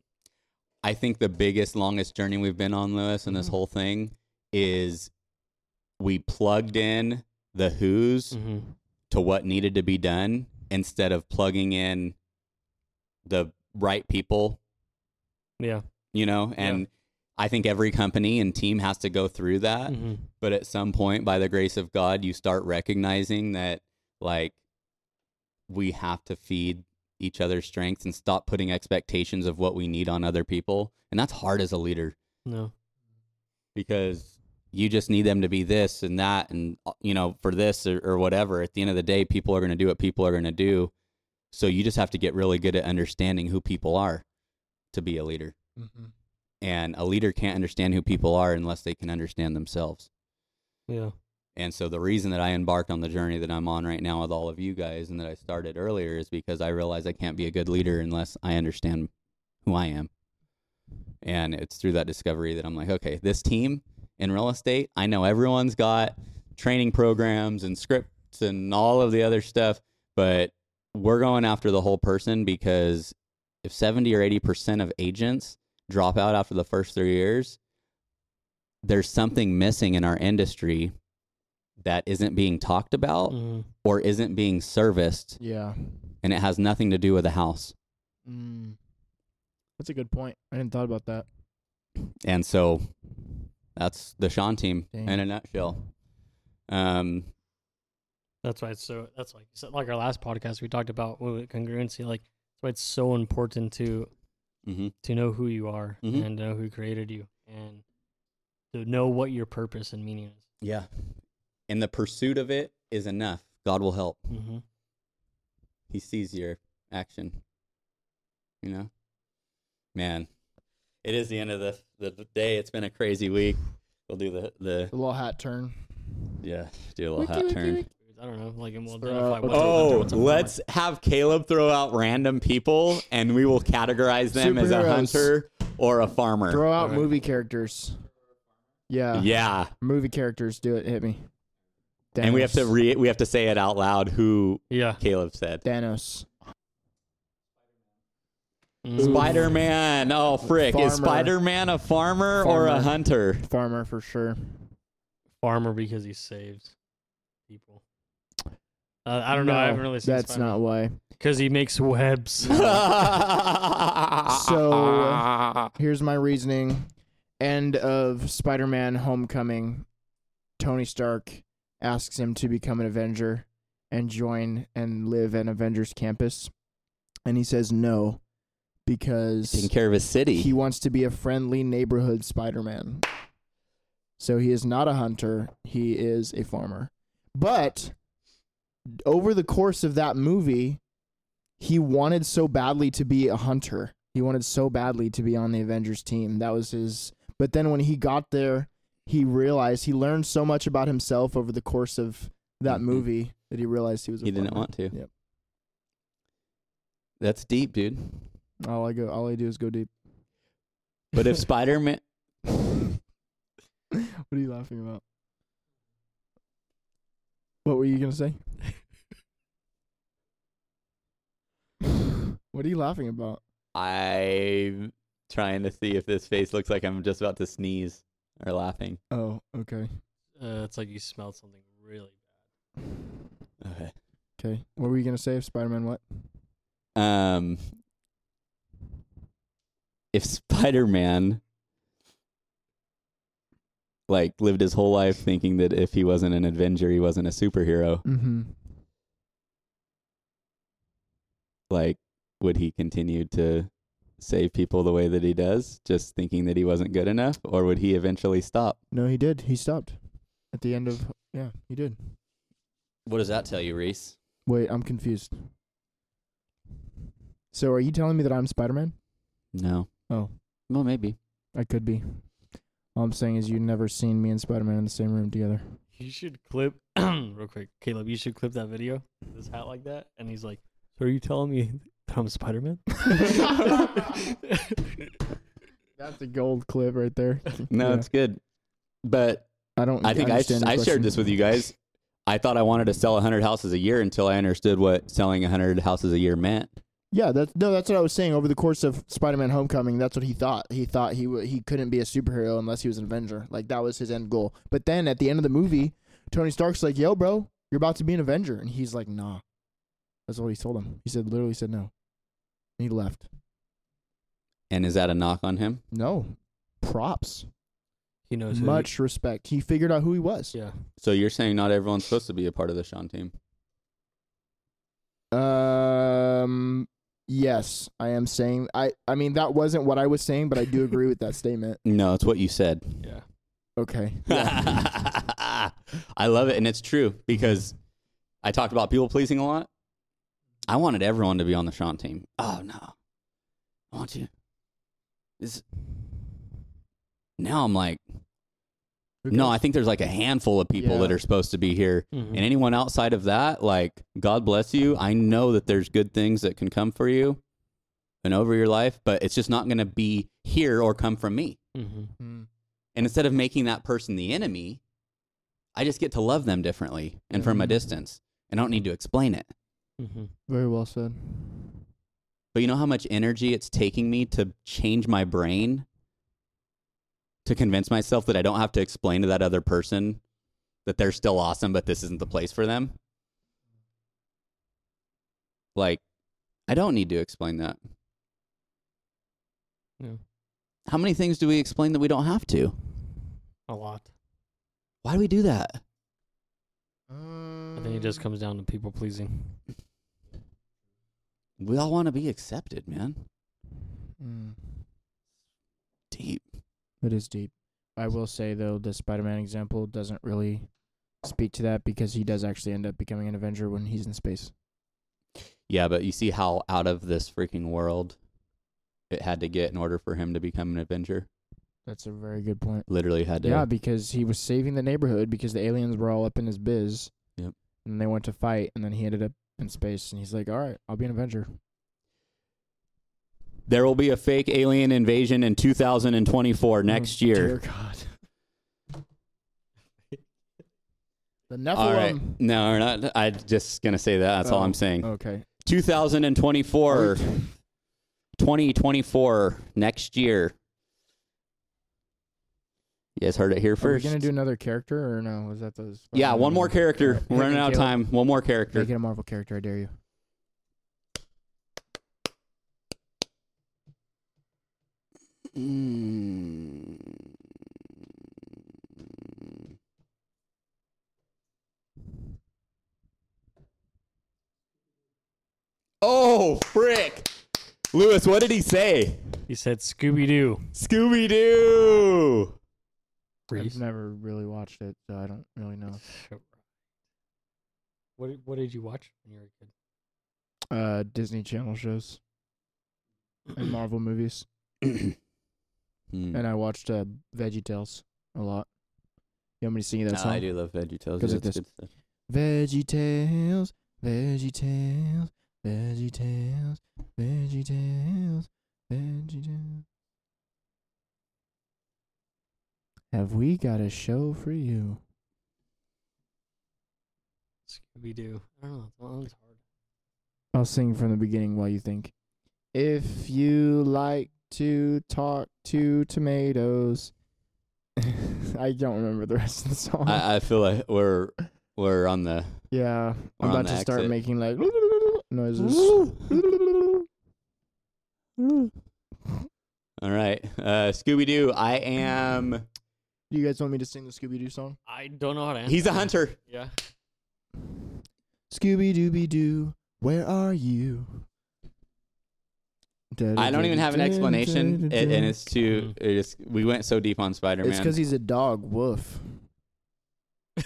S1: I think the biggest, longest journey we've been on, Lewis, and this
S3: Mhm.
S1: whole thing is we plugged in the who's
S3: mm-hmm.
S1: to what needed to be done instead of plugging in the right people
S3: Yeah.
S1: you know and i think every company and team has to go through that
S3: hmm
S1: but at some point by the grace of god you start recognizing that like we have to feed each other's strengths and stop putting expectations of what we need on other people and that's hard as a leader
S3: No.
S1: because you just need them to be this and that and uh, you know for this or, or whatever at the end of the day people are going to do what people are going to do so you just have to get really good at understanding who people are to be a leader and a leader can't understand who people are unless they can understand themselves
S3: Yeah.
S1: and so the reason that i embarked on the journey that i'm on right now with all of you guys and that i started earlier is because i realized i can't be a good leader unless i understand who i am and it's through that discovery that i'm like okay this team in real estate i know everyone's got training programs and scripts and all of the other stuff but we're going after the whole person because if 70 or 80% of agents drop out after the first three years, there's something missing in our industry that isn't being talked about
S3: hmm
S1: or isn't being serviced,
S2: Yeah.
S1: and it has nothing to do with the house.
S2: Mm. That's a good point. I didn't thought about that.
S1: And so that's the Sean team
S2: Dang.
S1: in a nutshell. Um,
S3: That's why it's so. That's like so like our last podcast we talked about what was it, congruency. Like that's why it's so important to
S1: mhm.
S3: to know who you are
S1: Mhm.
S3: and know who created you and to know what your purpose and meaning is.
S1: Yeah. And the pursuit of it is enough. God will help.
S3: Mm-hmm.
S1: He sees your action. You know? Man, it is the end of the, the day. It's been a crazy week. We'll do the, the
S2: The little hat turn.
S1: Yeah, do a little hat turn.
S3: I don't know. Like, and we'll
S2: Throw
S3: identify
S2: out-
S3: what's
S1: Oh,
S3: what's a farmer.
S1: let's have Caleb throw out random people, and we will categorize them as a
S2: Superheroes.
S1: hunter or a farmer.
S2: Throw out
S3: Alright.
S2: movie characters. Yeah.
S1: yeah,
S2: Movie characters. Do it. Hit me. Thanos.
S1: and we have to re- we have to say it out loud who
S3: Yeah.
S1: Caleb said.
S2: Thanos.
S3: Mm.
S1: Spider Man. Oh frick,
S2: Farmer.
S1: is Spider Man a farmer, or a
S2: Farmer.
S1: hunter?
S2: Farmer for sure.
S3: farmer because he saves people. Uh, I don't know. I
S2: No,
S3: haven't really seen
S2: That's not why.
S3: because he
S1: (laughs)
S3: makes webs.
S2: (laughs)
S3: Uh,
S2: So here's my reasoning. End of Spider-Man: Homecoming. Tony Stark asks him to become an Avenger and join and live an Avengers campus, and he says no
S1: (laughs) Taking
S2: because
S1: care of his city.
S2: he wants to be a friendly neighborhood Spider-Man. So he is not a hunter; he is a farmer. But over the course of that movie, he wanted so badly to be a hunter. He wanted so badly to be on the Avengers team. That was his. But then when he got there, he realized he learned so much about himself over the course of that
S1: Mhm.
S2: movie that he realized he was. A
S1: He didn't
S2: farmer.
S1: want to.
S2: Yep.
S1: That's deep, dude.
S2: All I go, all I do is go deep.
S1: But
S2: (laughs)
S1: if Spider Man,
S2: What are you laughing about? What were you gonna say? (laughs) what are you laughing about?
S1: (laughs) I'm trying to see if this face looks like I'm just about to sneeze or laughing.
S2: Oh, okay,
S3: Uh, it's like you smelled something really.
S1: Okay.
S2: okay. What were you gonna say if Spider-Man? What?
S1: Um, if Spider Man like lived his whole life thinking that if he wasn't an Avenger, he wasn't a superhero,
S2: Mm-hmm.
S1: like would he continue to save people the way that he does, just thinking that he wasn't good enough, or would he eventually stop?
S2: No, he did. He stopped at the end of. Yeah, he did.
S1: What does that tell you, Reese?
S2: Wait, I'm confused. So, are you telling me that I'm Spider-Man?
S1: No.
S2: Oh.
S1: Well, maybe.
S2: I could be. All I'm saying is you've never seen me and Spider-Man in the same room together.
S3: You should clip (clears throat) real quick, Caleb. You should clip that video. This hat like that, and he's like, "So are you telling me that I'm Spider
S1: (laughs)
S3: Man?"
S2: (laughs) That's a gold clip right there.
S1: No,
S2: Yeah.
S1: it's good. But
S2: I don't.
S1: I think I,
S2: understand your
S1: I shared
S2: question.
S1: this with you guys. I thought I wanted to sell 100 houses a year until I understood what selling 100 houses a year meant.
S2: Yeah, that's no, that's what I was saying. Over the course of Spider-Man: Homecoming, that's what he thought. He thought he w- he couldn't be a superhero unless he was an Avenger. Like that was his end goal. But then at the end of the movie, Tony Stark's like, "Yo, bro, you're about to be an Avenger," and he's like, "Nah." That's what he told him. He said, literally said no, and he left.
S1: And is that a knock on him?
S2: No, props.
S3: (laughs) He knows who he-
S2: Much respect. He figured out who he was.
S3: yeah.
S1: So you're saying not everyone's supposed to be a part of the Sean team?
S2: Um. Yes, I am saying. I. I mean, that wasn't what I was saying, but I do agree with that statement.
S1: No, it's what you said. (laughs)
S3: Yeah.
S2: Okay.
S1: I love it, and it's true because I talked about people pleasing a lot. I wanted everyone to be on the Sean team. Oh no, I want you. This. Now I'm like,
S2: Who
S1: no,
S2: cares?
S1: I think there's like a handful of people
S2: Yeah.
S1: that are supposed to be here, and anyone outside of that, like, God bless you. I know that there's good things that can come for you and over your life, but it's just not going to be here or come from me.
S3: Mm-hmm.
S2: Mm,
S1: And instead of making that person the enemy, I just get to love them differently and from a
S2: Mhm.
S1: distance. And I don't need to explain it.
S3: Mm-hmm.
S2: very well said.
S1: But you know how much energy it's taking me to change my brain to convince myself that I don't have to explain to that other person that they're still awesome, but this isn't the place for them? Like, I don't need to explain that.
S3: Yeah.
S1: How many things do we explain that we don't have to?
S3: A lot.
S1: Why do we do that?
S3: I think it
S2: Mm.
S3: just comes down to people pleasing.
S1: We all want to be accepted, man.
S2: Mm,
S1: Deep.
S2: it is deep. I will say though, the Spider-Man example doesn't really speak to that because he does actually end up becoming an Avenger when he's in space.
S1: Yeah, but you see how out of this freaking world it had to get in order for him to become an Avenger.
S2: That's a very good point.
S1: Literally had to.
S2: Yeah, because he was saving the neighborhood because the aliens were all up in his biz.
S1: Yep.
S2: And they went to fight, and then he ended up in space, and he's like, "All right, I'll be an Avenger."
S1: There will be a fake alien invasion in 2024 next
S2: (laughs) Oh,
S1: year.
S2: Dear God. The Nephilim.
S1: All right. No, we're not. I'm just going to say that. That's all
S2: Oh,
S1: I'm saying.
S2: Okay.
S1: 2024, 2024, next year. You guys heard it here
S2: Are we
S1: first.
S2: gonna do another character or no? Was that those?
S1: yeah, one more character.
S2: Yeah.
S1: We're running out of
S2: Caleb,
S1: time. One more character.
S2: Make it a Marvel character. I dare you.
S1: Mm. Oh, frick. Lewis, what did he say?
S3: He said Scooby Doo.
S1: Scooby (clears throat) Doo.
S2: I've never really watched it, so I don't really know.
S3: What did- What did you watch when you were a kid?
S2: Uh, Disney Channel shows
S1: (clears throat)
S2: and Marvel movies,
S1: Hmm.
S2: and I watched uh, Veggie Tales a lot. You want me to sing you that song?
S1: I do love VeggieTales.
S2: Because
S1: Yeah,
S2: of
S1: that's
S2: this.
S1: good stuff.
S2: Veggie Tales, Veggie Tales, Veggie Tales, Veggie Tales, Veggie Tales. Have we got a show for you?
S3: Scooby Doo. I don't know. That one's hard.
S2: I'll sing from the beginning while you think. If you like to talk to tomatoes. (laughs) I don't remember the rest of the song.
S1: I, I feel like we're we're on the
S2: yeah,
S1: We're on
S2: I'm about
S1: the
S2: to start
S1: exit.
S2: making like (laughs)
S1: (laughs)
S2: noises. (laughs)
S1: All right. Uh Scooby Doo, I am
S2: Do you guys want me to sing the Scooby Doo song?
S3: I don't know how to answer.
S1: He's a
S3: that.
S1: hunter.
S3: Yeah.
S2: Scooby Dooby Doo, where are you?
S1: I don't even have an explanation, it, and it's too.
S3: Mhm.
S1: It is. We went so deep on Spider
S2: It's because
S1: Man.
S2: he's a dog. Woof.
S3: (laughs)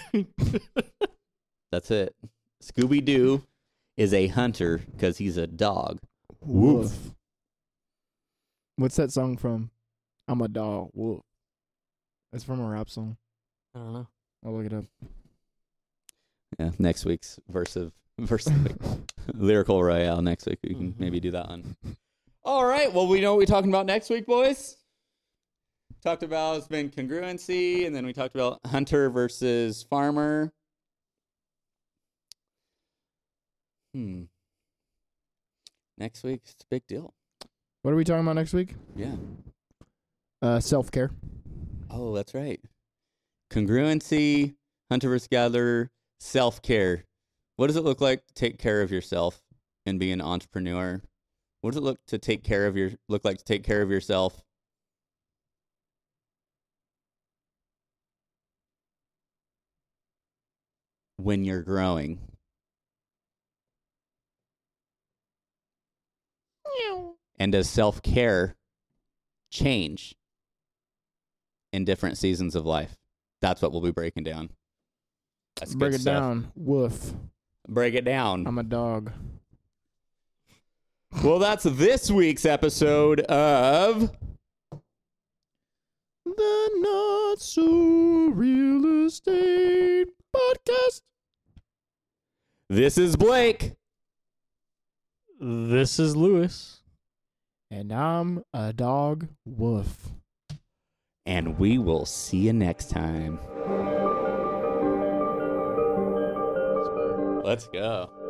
S1: That's it. Scooby Doo is a hunter because he's a dog. Woof.
S2: What's that song from? I'm a dog. Woof. It's from a rap song.
S3: I don't know.
S2: I'll look it
S1: (laughs)
S2: up.
S1: Yeah. Next week's verse of verse of
S2: (laughs)
S1: lyrical royale. Next week we can
S3: Mhm.
S1: maybe do that one. All right. Well, we know what we're talking about next week, boys. Talked about it's been congruency, and then we talked about hunter versus farmer. Hmm. Next week's a big deal.
S2: what are we talking about next week?
S1: Yeah.
S2: Uh, self care.
S1: Oh, that's right. Congruency, hunter versus gatherer, self care. What does it look like to take care of yourself and be an entrepreneur What does it look to take care of your look like to take care of yourself? When you're growing. And does self care change in different seasons of life? That's what we'll be breaking down. That's
S2: Break
S1: good
S2: it
S1: stuff.
S2: down. Woof.
S1: Break it down.
S2: I'm a dog.
S1: Well, that's this week's episode of
S2: The Not So Real Estate Podcast.
S1: This is Blake.
S3: This is Lewis.
S2: And I'm a dog. Woof.
S1: and we will see you next time. Let's go.